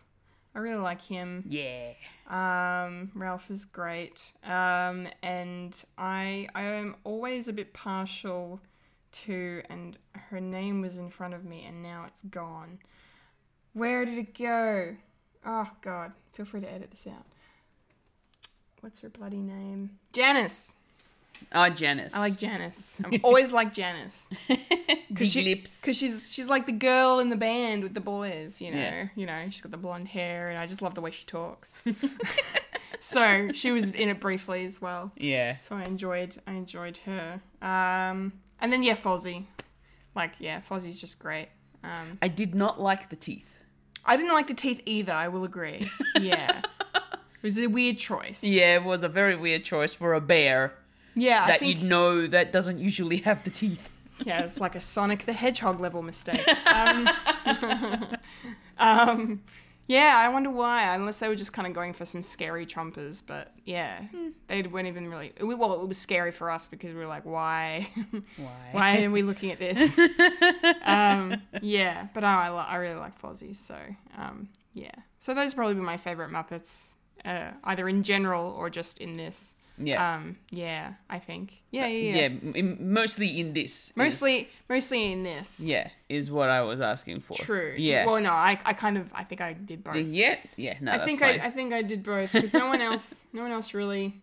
[SPEAKER 1] I really like him.
[SPEAKER 2] Yeah,
[SPEAKER 1] Um, Ralph is great. Um, and I I am always a bit partial to and her name was in front of me and now it's gone. Where did it go? Oh god, feel free to edit this out. What's her bloody name? Janice.
[SPEAKER 2] oh Janice,
[SPEAKER 1] I like Janice. I've always liked Janice
[SPEAKER 2] big
[SPEAKER 1] she-
[SPEAKER 2] lips.
[SPEAKER 1] because she's she's like the girl in the band with the boys, you know.
[SPEAKER 2] Yeah.
[SPEAKER 1] You know, she's got the blonde hair, and I just love the way she talks. so she was in it briefly as well.
[SPEAKER 2] Yeah,
[SPEAKER 1] So I enjoyed I enjoyed her. Um, and then yeah, Fozzie. Like, yeah, Fozzie's just great. Um,
[SPEAKER 2] I did not like the teeth.
[SPEAKER 1] I didn't like the teeth either, I will agree. Yeah. it was a weird choice.
[SPEAKER 2] Yeah, it was a very weird choice for a bear
[SPEAKER 1] Yeah, I
[SPEAKER 2] that
[SPEAKER 1] think
[SPEAKER 2] you know that doesn't usually have the teeth.
[SPEAKER 1] yeah, it's like a Sonic the Hedgehog level mistake. Um, um, yeah, I wonder why. Unless they were just kind of going for some scary chompers, but yeah, they weren't even really. it wa- Well, it was scary for us because we were like, why,
[SPEAKER 2] Why?
[SPEAKER 1] why are we looking at this? um, yeah, but I, I, li- I really like Flozzie, so um, yeah. So those would probably be my favorite Muppets, uh, either in general or just in this.
[SPEAKER 2] Yeah.
[SPEAKER 1] Um, yeah, I think. Yeah, yeah,
[SPEAKER 2] yeah,
[SPEAKER 1] yeah.
[SPEAKER 2] m- in- mostly in this. is-
[SPEAKER 1] Mostly, mostly in this.
[SPEAKER 2] yeah, is what I was asking for.
[SPEAKER 1] True.
[SPEAKER 2] Yeah.
[SPEAKER 1] Well, no, I, I kind of I think I did both.
[SPEAKER 2] yeah, yeah, no,
[SPEAKER 1] I
[SPEAKER 2] that's
[SPEAKER 1] think I,
[SPEAKER 2] fine.
[SPEAKER 1] I think I did both because no one else no one else really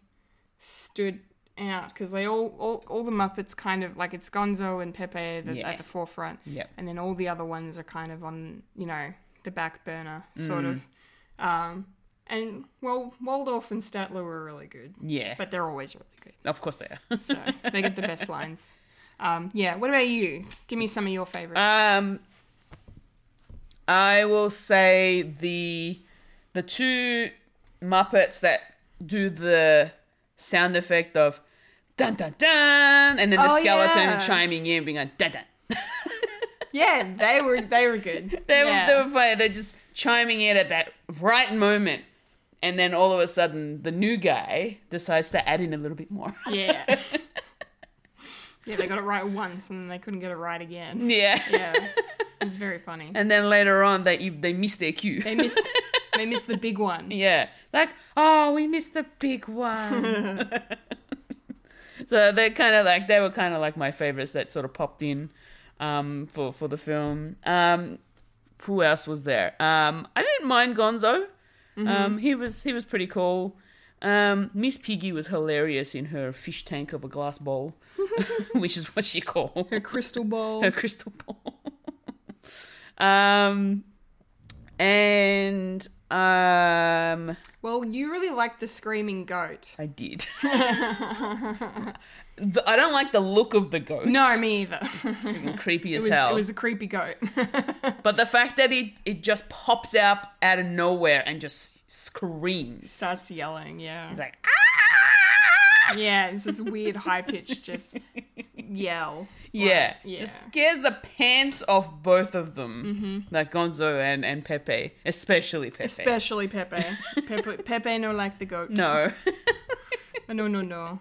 [SPEAKER 1] stood out because they all, all all the Muppets kind of like it's Gonzo and Pepe the,
[SPEAKER 2] Yeah.
[SPEAKER 1] at the forefront,
[SPEAKER 2] yeah.
[SPEAKER 1] and then all the other ones are kind of on you know the back burner sort of.
[SPEAKER 2] Mm.
[SPEAKER 1] Um, and well, Waldorf and Statler were really good,
[SPEAKER 2] Yeah.
[SPEAKER 1] but they're always really good,
[SPEAKER 2] of course they are.
[SPEAKER 1] so they get the best lines. Um, yeah. What about you? Give me some of your favorites.
[SPEAKER 2] Um, I will say the the two Muppets that do the sound effect of dun dun dun, and then the
[SPEAKER 1] Oh,
[SPEAKER 2] skeleton
[SPEAKER 1] yeah.
[SPEAKER 2] chiming in, being like dun dun.
[SPEAKER 1] yeah, they were they were good.
[SPEAKER 2] They
[SPEAKER 1] yeah.
[SPEAKER 2] were they were funny. They're just chiming in at that right moment, and then all of a sudden, the new guy decides to add in a little bit more.
[SPEAKER 1] Yeah. yeah, they got it right once and then they couldn't get it right again.
[SPEAKER 2] yeah.
[SPEAKER 1] Yeah. It was very funny.
[SPEAKER 2] And then later on, they if they miss their cue.
[SPEAKER 1] They missed they missed the big one.
[SPEAKER 2] Yeah. Like, oh, we missed the big one. so they're kind of like, they were kind of like my favorites that sort of popped in um, for, for the film. Um, who else was there? Um, I didn't mind Gonzo. Um, he was he was pretty cool. Um, Miss Piggy was hilarious in her fish tank of a glass bowl, which is what she called
[SPEAKER 1] Her crystal ball.
[SPEAKER 2] a crystal ball. um, and um,
[SPEAKER 1] Well, you really liked the screaming goat.
[SPEAKER 2] I did. The- I don't like the look of the goat.
[SPEAKER 1] No, me either.
[SPEAKER 2] Freaking creepy
[SPEAKER 1] It
[SPEAKER 2] as
[SPEAKER 1] was,
[SPEAKER 2] hell.
[SPEAKER 1] it was a creepy goat.
[SPEAKER 2] But the fact that it it just pops up out of nowhere and just screams.
[SPEAKER 1] Starts yelling, yeah.
[SPEAKER 2] It's like "Ah!"
[SPEAKER 1] Yeah, it's this weird high pitched just yell.
[SPEAKER 2] yeah,
[SPEAKER 1] yeah.
[SPEAKER 2] just scares the pants off both of them, like Gonzo and and Pepe, especially Pepe.
[SPEAKER 1] Mm-hmm. Especially Pepe. Pepe, Pepe no like the goat.
[SPEAKER 2] no.
[SPEAKER 1] No, no, no.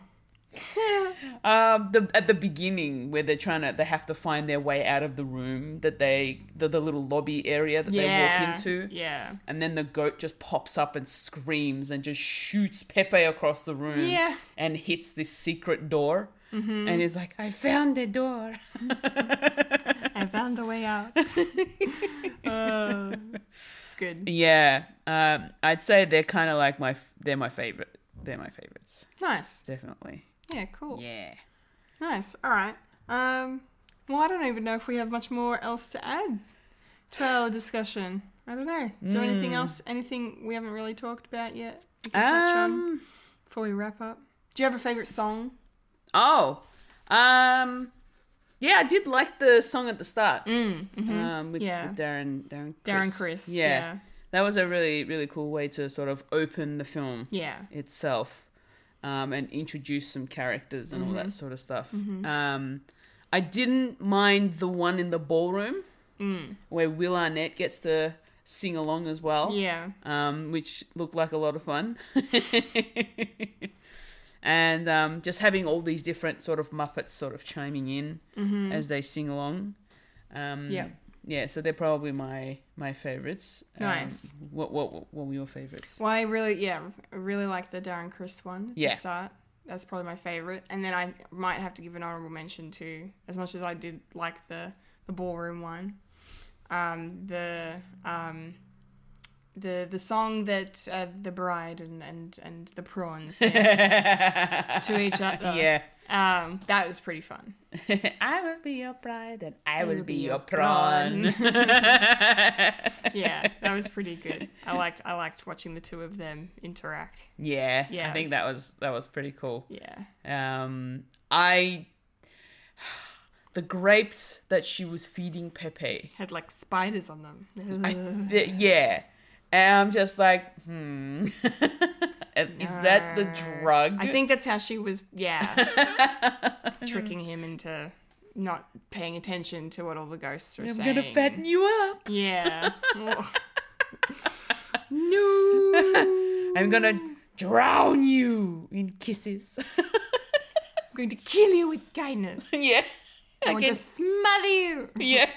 [SPEAKER 2] Um, the at the beginning where they're trying to, they have to find their way out of the room that they, the, the little lobby area that they
[SPEAKER 1] Yeah.
[SPEAKER 2] walk into,
[SPEAKER 1] Yeah.
[SPEAKER 2] and then the goat just pops up and screams and just shoots Pepe across the room,
[SPEAKER 1] Yeah. Mm-hmm.
[SPEAKER 2] and hits this secret door, and he's like, "I found the door."
[SPEAKER 1] I found the way out. Uh, it's good.
[SPEAKER 2] Yeah, um, I'd say they're kind of like my, f- they're my favorite. They're my favorites,
[SPEAKER 1] Nice.
[SPEAKER 2] definitely.
[SPEAKER 1] Yeah, cool.
[SPEAKER 2] Yeah.
[SPEAKER 1] Nice. All right. Um, well, I don't even know if we have much more else to add to our discussion. I don't know. Is there
[SPEAKER 2] Hmm.
[SPEAKER 1] anything else, anything we haven't really talked about yet? We can touch on
[SPEAKER 2] Um,
[SPEAKER 1] before we wrap up. Do you have a favorite song?
[SPEAKER 2] Oh, um, yeah, I did like the song at the start. Um, with,
[SPEAKER 1] Mm, mm-hmm. yeah.
[SPEAKER 2] with Darren, Darren, Chris.
[SPEAKER 1] Darren Criss, yeah.
[SPEAKER 2] that was a really, really cool way to sort of open the film
[SPEAKER 1] Yeah.
[SPEAKER 2] itself, um, and introduce some characters and
[SPEAKER 1] Mm-hmm.
[SPEAKER 2] all that sort of stuff. Um, I didn't mind the one in the ballroom
[SPEAKER 1] Mm.
[SPEAKER 2] where Will Arnett gets to sing along as well
[SPEAKER 1] Yeah.
[SPEAKER 2] um, which looked like a lot of fun. and um, just having all these different sort of Muppets sort of chiming in
[SPEAKER 1] Mm-hmm.
[SPEAKER 2] as they sing along. Um,
[SPEAKER 1] Yeah.
[SPEAKER 2] Yeah, so they're probably my my favorites. Um,
[SPEAKER 1] Nice.
[SPEAKER 2] what, what what were your favorites?
[SPEAKER 1] Well, I really, yeah, I really like the Darren Chris one. At
[SPEAKER 2] Yeah.
[SPEAKER 1] The start. That's probably my favorite. And then I might have to give an honorable mention to, as much as I did like the the ballroom one, um, the um, the the song that uh, the bride and and and the prawns sang to each other.
[SPEAKER 2] Yeah.
[SPEAKER 1] Um, that was pretty fun.
[SPEAKER 2] I will be your bride and I, will,
[SPEAKER 1] will
[SPEAKER 2] be,
[SPEAKER 1] be
[SPEAKER 2] your
[SPEAKER 1] your
[SPEAKER 2] prawn.
[SPEAKER 1] Yeah, that was pretty good. I liked I liked watching the two of them interact.
[SPEAKER 2] yeah. I
[SPEAKER 1] Yes.
[SPEAKER 2] think that was that was pretty cool.
[SPEAKER 1] Yeah.
[SPEAKER 2] Um, I Um, the the grapes that she was feeding Pepe.
[SPEAKER 1] Had like spiders on them.
[SPEAKER 2] I th- yeah. And I'm just like, hmm. Is that the
[SPEAKER 1] No.
[SPEAKER 2] drug?
[SPEAKER 1] I think that's how she was, yeah, tricking him into not paying attention to what all the ghosts were
[SPEAKER 2] I'm
[SPEAKER 1] saying.
[SPEAKER 2] gonna fatten you up.
[SPEAKER 1] Yeah. Oh, no.
[SPEAKER 2] I'm gonna drown you in kisses.
[SPEAKER 1] I'm going to kill you with kindness.
[SPEAKER 2] yeah.
[SPEAKER 1] I'm going to
[SPEAKER 2] guess-
[SPEAKER 1] smother you
[SPEAKER 2] Yeah.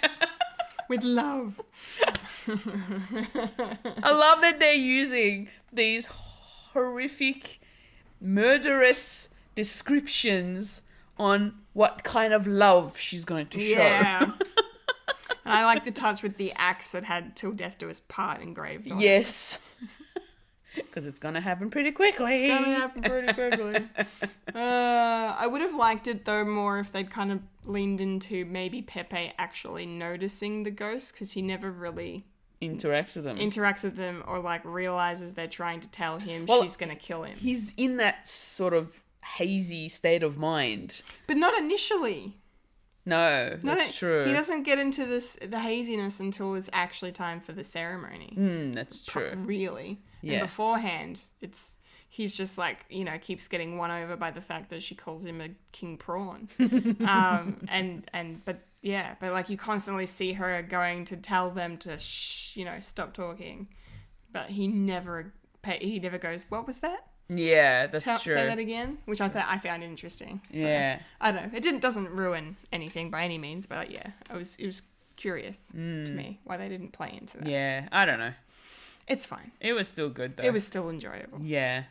[SPEAKER 1] with love.
[SPEAKER 2] I love that they're using these horrific, murderous descriptions on what kind of love she's going to show.
[SPEAKER 1] Yeah. and I like the touch with the axe that had "Till Death Do Us Part" engraved on. it.
[SPEAKER 2] Yes. Because it's going to happen pretty quickly.
[SPEAKER 1] Gonna happen pretty quickly. uh, I would have liked it though more if they'd kind of leaned into maybe Pepe actually noticing the ghosts because he never really
[SPEAKER 2] Interacts with them.
[SPEAKER 1] interacts with them or like realizes they're trying to tell him
[SPEAKER 2] Well-
[SPEAKER 1] she's gonna kill him.
[SPEAKER 2] He's in that sort of hazy state of mind.
[SPEAKER 1] But not initially.
[SPEAKER 2] No,
[SPEAKER 1] Not
[SPEAKER 2] that's
[SPEAKER 1] in-
[SPEAKER 2] true.
[SPEAKER 1] He doesn't get into this the haziness until it's actually time for the ceremony.
[SPEAKER 2] Mm, that's true.
[SPEAKER 1] Really.
[SPEAKER 2] Yeah.
[SPEAKER 1] And beforehand, it's he's just like, you know, keeps getting won over by the fact that she calls him a king prawn. um and and but yeah, but like you constantly see her going to tell them to shh, you know, stop talking. But he never pa- he never goes, "What was that?"
[SPEAKER 2] Yeah, that's
[SPEAKER 1] Tell,
[SPEAKER 2] true.
[SPEAKER 1] say that again, which I thought I found interesting. So,
[SPEAKER 2] Yeah.
[SPEAKER 1] I don't know. It didn't doesn't ruin anything by any means, but yeah, I was it was curious to me why they didn't play into that.
[SPEAKER 2] Mm. Yeah, I don't know.
[SPEAKER 1] It's fine.
[SPEAKER 2] It was still good though.
[SPEAKER 1] It was still enjoyable.
[SPEAKER 2] Yeah,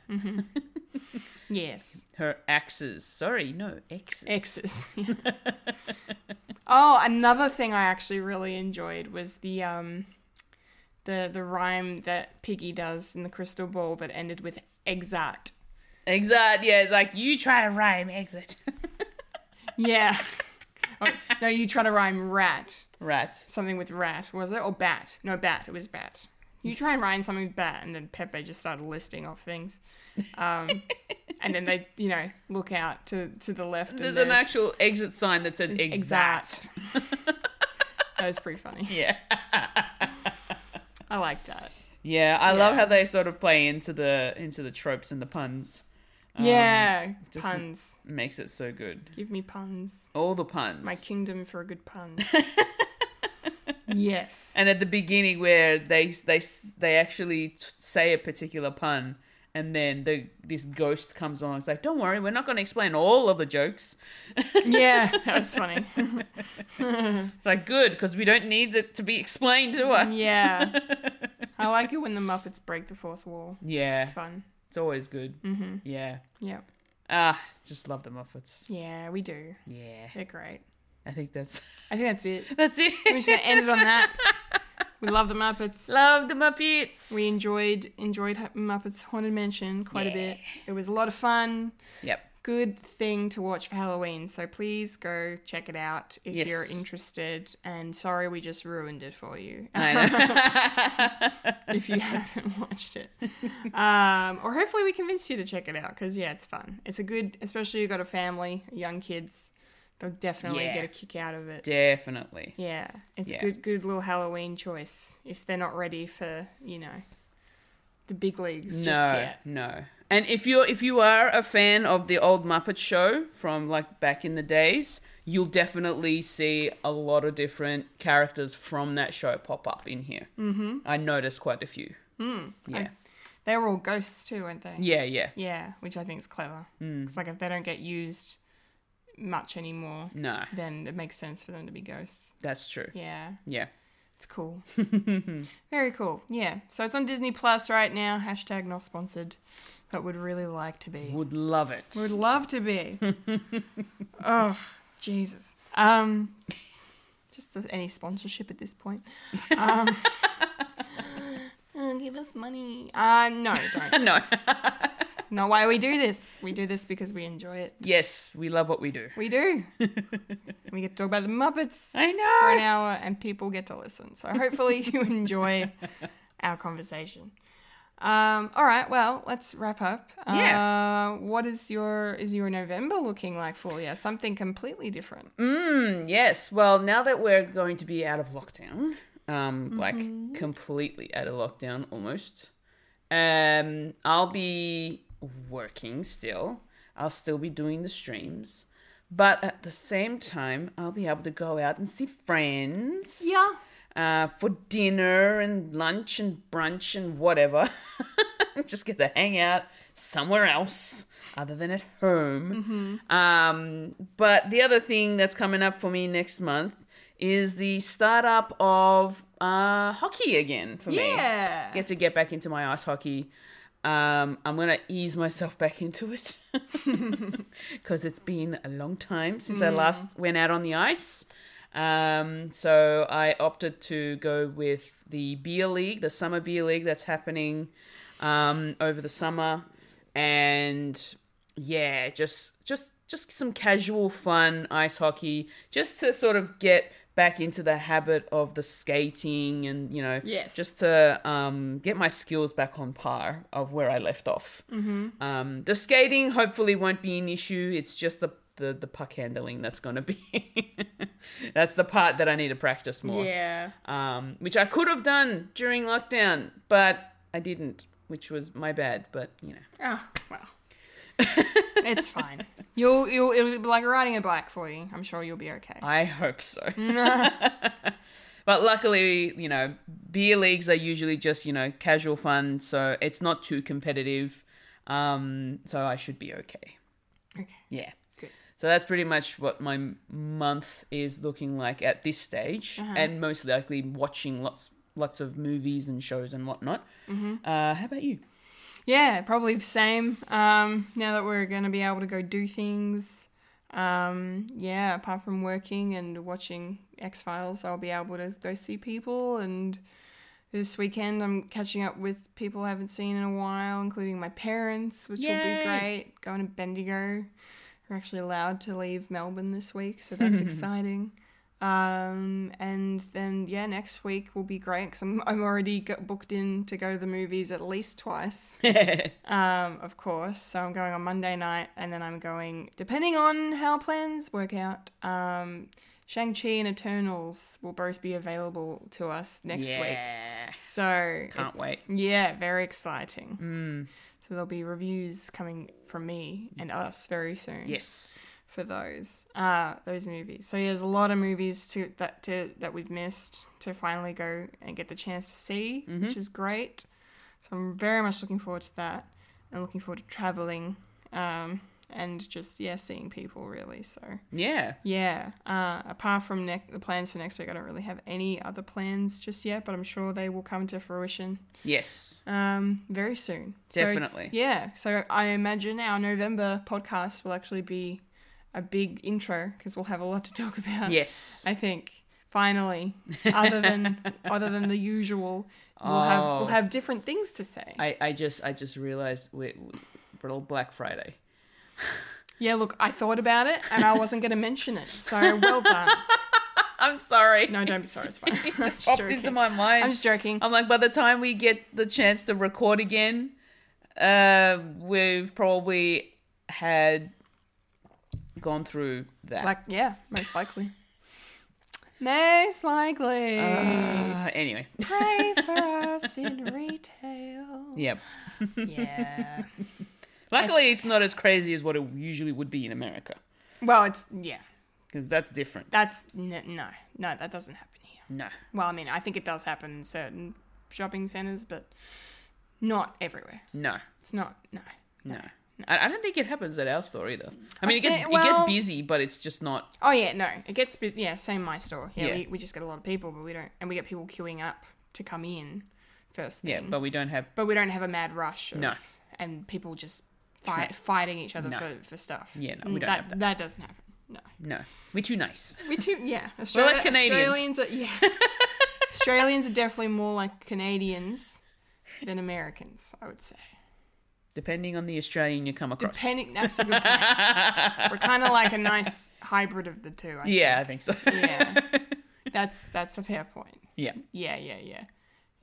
[SPEAKER 1] Yes.
[SPEAKER 2] her axes. Sorry, no exes.
[SPEAKER 1] Exes. oh, another thing I actually really enjoyed was the um the the rhyme that Piggy does in the crystal ball that ended with exat.
[SPEAKER 2] Exit. Yeah, it's like you try to rhyme exit.
[SPEAKER 1] Yeah. oh, no, you try to rhyme rat.
[SPEAKER 2] Right.
[SPEAKER 1] something with rat, was it? Or bat? No, bat. It was bat. You try and rhyme something with bat, and then Pepe just started listing off things. Um, and then they, you know, look out to to the left.
[SPEAKER 2] There's
[SPEAKER 1] and
[SPEAKER 2] an actual exit sign that says exact.
[SPEAKER 1] exact. that was pretty funny.
[SPEAKER 2] Yeah.
[SPEAKER 1] I like that.
[SPEAKER 2] Yeah, I love
[SPEAKER 1] Yeah.
[SPEAKER 2] how they sort of play into the into the tropes and the puns. Um,
[SPEAKER 1] yeah,
[SPEAKER 2] just-
[SPEAKER 1] puns.
[SPEAKER 2] Makes it so good.
[SPEAKER 1] Give me puns.
[SPEAKER 2] All the puns.
[SPEAKER 1] My kingdom for a good pun. yes.
[SPEAKER 2] and at the beginning where they they they actually t- say a particular pun and then the this ghost comes on it's like don't worry we're not going to explain all of the jokes
[SPEAKER 1] Yeah, that was funny.
[SPEAKER 2] it's like good because we don't need it to be explained to us
[SPEAKER 1] Yeah. I like it when the Muppets break the fourth wall.
[SPEAKER 2] yeah
[SPEAKER 1] It's fun.
[SPEAKER 2] it's always good mm-hmm. yeah
[SPEAKER 1] Yeah.
[SPEAKER 2] ah just love the muppets
[SPEAKER 1] Yeah, we do.
[SPEAKER 2] yeah
[SPEAKER 1] They're great.
[SPEAKER 2] i think that's
[SPEAKER 1] I think that's it.
[SPEAKER 2] that's it
[SPEAKER 1] We're just gonna end it on that. We love the Muppets.
[SPEAKER 2] love the muppets
[SPEAKER 1] we enjoyed enjoyed Ha- Muppets Haunted Mansion quite a bit. It was a lot of fun.
[SPEAKER 2] yep
[SPEAKER 1] Good thing to watch for Halloween. So please go check it out if
[SPEAKER 2] Yes.
[SPEAKER 1] you're interested. And sorry, we just ruined it for you
[SPEAKER 2] I know.
[SPEAKER 1] if you haven't watched it. Um, or hopefully we convinced you to check it out because yeah, it's fun. It's a good, especially you've got a family, young kids. They'll definitely
[SPEAKER 2] Yeah.
[SPEAKER 1] get a kick out of it.
[SPEAKER 2] definitely
[SPEAKER 1] Yeah, it's
[SPEAKER 2] Yeah.
[SPEAKER 1] good, good little Halloween choice if they're not ready for you know the big leagues
[SPEAKER 2] no,
[SPEAKER 1] just yet.
[SPEAKER 2] No. And if you're if you are a fan of the old Muppet Show from like back in the days, you'll definitely see a lot of different characters from that show pop up in here. Mm-hmm. I noticed quite a few. Yeah.
[SPEAKER 1] Hmm. I- They were all ghosts too, weren't they?
[SPEAKER 2] yeah, Hmm. yeah.
[SPEAKER 1] Yeah, which I think is clever. It's like if they don't get used much anymore,
[SPEAKER 2] No,
[SPEAKER 1] then it makes sense for them to be ghosts.
[SPEAKER 2] that's true.
[SPEAKER 1] Yeah,
[SPEAKER 2] Yeah.
[SPEAKER 1] it's cool. Very cool. Yeah, so it's on Disney Plus right now. Hashtag not sponsored, but would really like to be.
[SPEAKER 2] Would love it.
[SPEAKER 1] Would love to be. oh, Jesus. Um, just any sponsorship at this point. Um, uh, give us money. Uh, no, don't.
[SPEAKER 2] no.
[SPEAKER 1] Not why we do this. We do this because we enjoy it.
[SPEAKER 2] Yes, we love what we do.
[SPEAKER 1] We do. we get to talk about the Muppets
[SPEAKER 2] I
[SPEAKER 1] for an
[SPEAKER 2] know.
[SPEAKER 1] hour, and people get to listen. So hopefully you enjoy our conversation. Um, all right, well, let's wrap up.
[SPEAKER 2] Yeah.
[SPEAKER 1] Uh, what is your is your November looking like for you? Something completely different.
[SPEAKER 2] Mm, yes. Well, now that we're going to be out of lockdown, um, like completely out of lockdown almost, um, I'll be working still. I'll still be doing the streams, but at the same time, I'll be able to go out and see friends.
[SPEAKER 1] Yeah.
[SPEAKER 2] Uh, for dinner and lunch and brunch and whatever. Just get to hang out somewhere else other than at home.
[SPEAKER 1] Mm-hmm.
[SPEAKER 2] Um, but the other thing that's coming up for me next month is the startup of uh, hockey again for me.
[SPEAKER 1] Yeah.
[SPEAKER 2] Get to get back into my ice hockey. Um, I'm gonna ease myself back into it because it's been a long time since I last went out on the ice. Um, so I opted to go with the beer league, the summer beer league that's happening um, over the summer, and yeah, just just just some casual fun ice hockey, just to sort of get back into the habit of the skating and you know
[SPEAKER 1] Yes.
[SPEAKER 2] just to um, get my skills back on par of where I left off. Mm-hmm. Um, the skating hopefully won't be an issue. It's just the the, the puck handling that's going to be that's the part that I need to practice more.
[SPEAKER 1] Yeah.
[SPEAKER 2] Um, which I could have done during lockdown, but I didn't, which was my bad. But you know,
[SPEAKER 1] Oh, well. it's fine. You'll you'll it'll be like riding a bike for you. I'm sure you'll be okay.
[SPEAKER 2] I hope so. but luckily, you know, beer leagues are usually just, you know, casual fun, so it's not too competitive. Um, so I should be okay.
[SPEAKER 1] Okay.
[SPEAKER 2] Yeah.
[SPEAKER 1] Good.
[SPEAKER 2] So that's pretty much what my m- month is looking like at this stage,
[SPEAKER 1] Uh-huh.
[SPEAKER 2] and most likely watching lots lots of movies and shows and whatnot.
[SPEAKER 1] Mm-hmm.
[SPEAKER 2] Uh, how about you?
[SPEAKER 1] Yeah, probably the same. Um, now that we're going to be able to go do things, um, yeah, apart from working and watching X Files, I'll be able to go see people. And this weekend, I'm catching up with people I haven't seen in a while, including my parents, which will
[SPEAKER 2] Yay.
[SPEAKER 1] be great. Going to Bendigo. We're actually allowed to leave Melbourne this week, so that's exciting. Um, and then yeah, next week will be great because I'm I'm already got booked in to go to the movies at least twice um, of course. So I'm going on Monday night, and then I'm going, depending on how plans work out, um, Shang-Chi and Eternals will both be available to us next week.
[SPEAKER 2] yeah.
[SPEAKER 1] So,
[SPEAKER 2] Can't wait.
[SPEAKER 1] yeah, very exciting. So there'll be reviews coming from me and us very soon
[SPEAKER 2] Yes.
[SPEAKER 1] for those uh those movies. So yeah, there's a lot of movies to that to that we've missed to finally go and get the chance to see, which is great. So I'm very much looking forward to that and looking forward to traveling um and just yeah, seeing people really. So
[SPEAKER 2] Yeah.
[SPEAKER 1] yeah, uh apart from ne- the plans for next week, I don't really have any other plans just yet, but I'm sure they will come to fruition
[SPEAKER 2] Yes.
[SPEAKER 1] um, very soon. So it's-
[SPEAKER 2] Definitely.
[SPEAKER 1] yeah. So I imagine our November podcast will actually be a big intro because we'll have a lot to talk about.
[SPEAKER 2] Yes.
[SPEAKER 1] I think finally, other than other than the usual, we'll have
[SPEAKER 2] Oh.
[SPEAKER 1] we'll have different things to say.
[SPEAKER 2] I, I just I just realized we we're all Black Friday.
[SPEAKER 1] yeah. Look, I thought about it and I wasn't going to mention it. So well done.
[SPEAKER 2] I'm sorry.
[SPEAKER 1] No, don't be sorry. It's fine.
[SPEAKER 2] it
[SPEAKER 1] I'm
[SPEAKER 2] just popped into
[SPEAKER 1] joking.
[SPEAKER 2] my mind.
[SPEAKER 1] I'm just joking.
[SPEAKER 2] I'm like, by the time we get the chance to record again, uh, we've probably had gone through that.
[SPEAKER 1] Like yeah, most likely. Most likely.
[SPEAKER 2] Uh, anyway,
[SPEAKER 1] Pray for us in retail.
[SPEAKER 2] yeah.
[SPEAKER 1] Yeah.
[SPEAKER 2] Luckily, it's not as crazy as what it usually would be in America,
[SPEAKER 1] well, it's yeah.
[SPEAKER 2] because that's different.
[SPEAKER 1] That's n- no, no, that doesn't happen here.
[SPEAKER 2] No,
[SPEAKER 1] Well, I mean, I think it does happen in certain shopping centers, but not everywhere.
[SPEAKER 2] no,
[SPEAKER 1] It's not no.
[SPEAKER 2] no. I, I don't think it happens at our store either. I mean, it gets
[SPEAKER 1] think-
[SPEAKER 2] it
[SPEAKER 1] well-
[SPEAKER 2] gets busy, but it's just not.
[SPEAKER 1] Oh yeah, no, it gets bu- yeah. Same my store. Yeah,
[SPEAKER 2] Yeah.
[SPEAKER 1] We, we just get a lot of people, but we don't, and we get people queuing up to come in first thing.
[SPEAKER 2] Yeah, but we don't have.
[SPEAKER 1] but we don't have a mad rush. Of,
[SPEAKER 2] No.
[SPEAKER 1] and people just fight, fighting each other
[SPEAKER 2] No.
[SPEAKER 1] for, for stuff. Mm,
[SPEAKER 2] Yeah, no, we don't
[SPEAKER 1] that,
[SPEAKER 2] have that.
[SPEAKER 1] That doesn't happen. No.
[SPEAKER 2] No, we're too nice.
[SPEAKER 1] We too, yeah. Australia, Australians
[SPEAKER 2] Canadians.
[SPEAKER 1] are, yeah. Australians are definitely more like Canadians than Americans, I would say.
[SPEAKER 2] Depending on the Australian you come across.
[SPEAKER 1] Depending, that's a good point. We're kind of like a nice hybrid of the two. I
[SPEAKER 2] yeah, I think so.
[SPEAKER 1] Think. Yeah. That's that's a fair point.
[SPEAKER 2] yeah.
[SPEAKER 1] Yeah, yeah, yeah,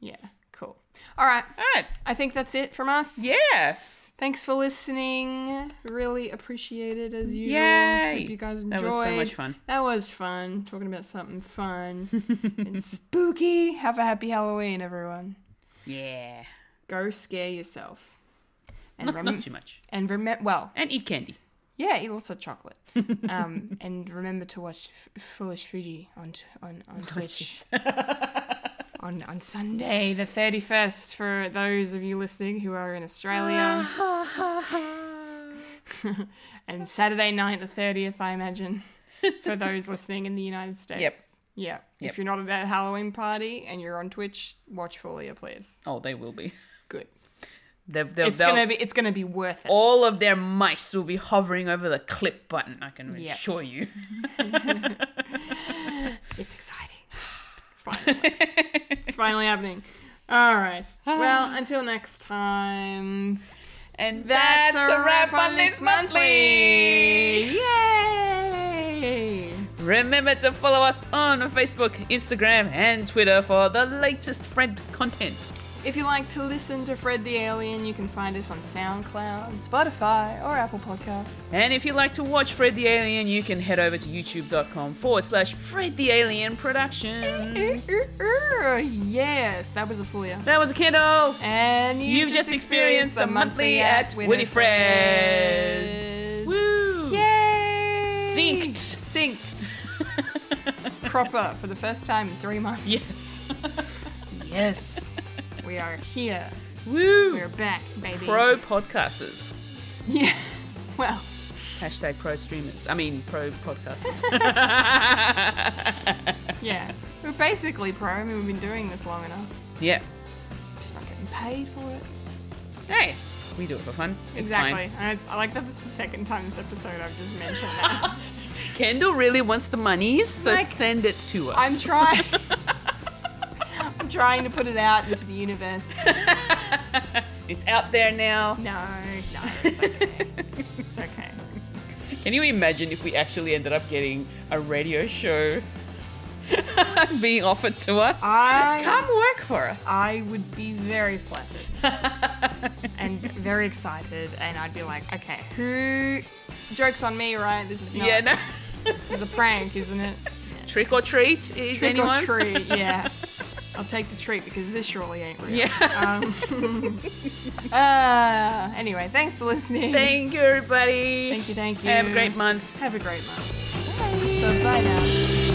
[SPEAKER 1] yeah. Cool. All right.
[SPEAKER 2] All right.
[SPEAKER 1] I think that's it from us.
[SPEAKER 2] Yeah.
[SPEAKER 1] Thanks for listening. Really appreciate it as usual.
[SPEAKER 2] Yay.
[SPEAKER 1] Hope you guys enjoyed.
[SPEAKER 2] That was so much fun.
[SPEAKER 1] That was fun. Talking about something fun and spooky. Have a happy Halloween, everyone.
[SPEAKER 2] Yeah.
[SPEAKER 1] Go scare yourself. And
[SPEAKER 2] Not,
[SPEAKER 1] remember.
[SPEAKER 2] not too much.
[SPEAKER 1] and remember. Well,
[SPEAKER 2] And eat candy.
[SPEAKER 1] yeah, eat lots of chocolate. um, and remember to watch F- Foolish Fuji on t- on on Twitch. On, on Sunday the 31st, for those of you listening who are in Australia. and Saturday night, the 30th, I imagine, for those listening in the United States.
[SPEAKER 2] Yep.
[SPEAKER 1] Yeah.
[SPEAKER 2] Yep.
[SPEAKER 1] If you're not at that Halloween party and you're on Twitch, watch Folia, please.
[SPEAKER 2] Oh, they will be.
[SPEAKER 1] Good.
[SPEAKER 2] They've, they've,
[SPEAKER 1] It's
[SPEAKER 2] they'll,
[SPEAKER 1] gonna be. It's gonna be worth it.
[SPEAKER 2] all of their mice will be hovering over the clip button. I can
[SPEAKER 1] Yep.
[SPEAKER 2] assure you.
[SPEAKER 1] It's exciting. Finally. it's finally happening. All right. Well, until next time.
[SPEAKER 2] And that's, a wrap on this monthly.
[SPEAKER 1] Yay!
[SPEAKER 2] Remember to follow us on Facebook, Instagram, and Twitter for the latest friend content.
[SPEAKER 1] If you like to listen to Fred the Alien, you can find us on SoundCloud, Spotify, or Apple Podcasts.
[SPEAKER 2] And if you like to watch Fred the Alien, you can head over to youtube.com forward slash Fred the Alien Productions. Mm.
[SPEAKER 1] yes, that was a folia.
[SPEAKER 2] that was a Kindle.
[SPEAKER 1] And you've,
[SPEAKER 2] You've just experienced the monthly at Winnie Fred's. Woo!
[SPEAKER 1] Yay!
[SPEAKER 2] Synced.
[SPEAKER 1] Synced. Proper for the first time in three months.
[SPEAKER 2] Yes.
[SPEAKER 1] Yes. we are here.
[SPEAKER 2] Woo!
[SPEAKER 1] We're back, baby.
[SPEAKER 2] Pro podcasters.
[SPEAKER 1] Yeah. Well,
[SPEAKER 2] Hashtag pro streamers. I mean, pro podcasters.
[SPEAKER 1] yeah. We're basically pro. I mean, we've been doing this long enough.
[SPEAKER 2] yeah.
[SPEAKER 1] Just not getting paid for it.
[SPEAKER 2] Hey, we do it for fun. It's
[SPEAKER 1] exactly. And it's, I like that this is the second time this episode I've just mentioned that.
[SPEAKER 2] fine. Kendall really wants the monies, so
[SPEAKER 1] Like,
[SPEAKER 2] send it to us.
[SPEAKER 1] I'm trying. I'm trying to put it out into the universe.
[SPEAKER 2] it's out there now.
[SPEAKER 1] No, no, it's okay. it's okay.
[SPEAKER 2] Can you imagine if we actually ended up getting a radio show being offered to us?
[SPEAKER 1] I
[SPEAKER 2] Come work for us.
[SPEAKER 1] I would be very flattered and very excited, and I'd be like, okay, who? Jokes on me, right? This is not,
[SPEAKER 2] yeah, no.
[SPEAKER 1] This is a prank, isn't it?
[SPEAKER 2] Trick or treat is
[SPEAKER 1] Trick
[SPEAKER 2] anyone?
[SPEAKER 1] or treat, yeah. I'll take the treat because this surely ain't real.
[SPEAKER 2] Yeah.
[SPEAKER 1] Um, Uh, anyway, thanks for listening.
[SPEAKER 2] Thank you, everybody.
[SPEAKER 1] Thank you, thank you.
[SPEAKER 2] Have a great month.
[SPEAKER 1] Have a great month. Bye. Bye now.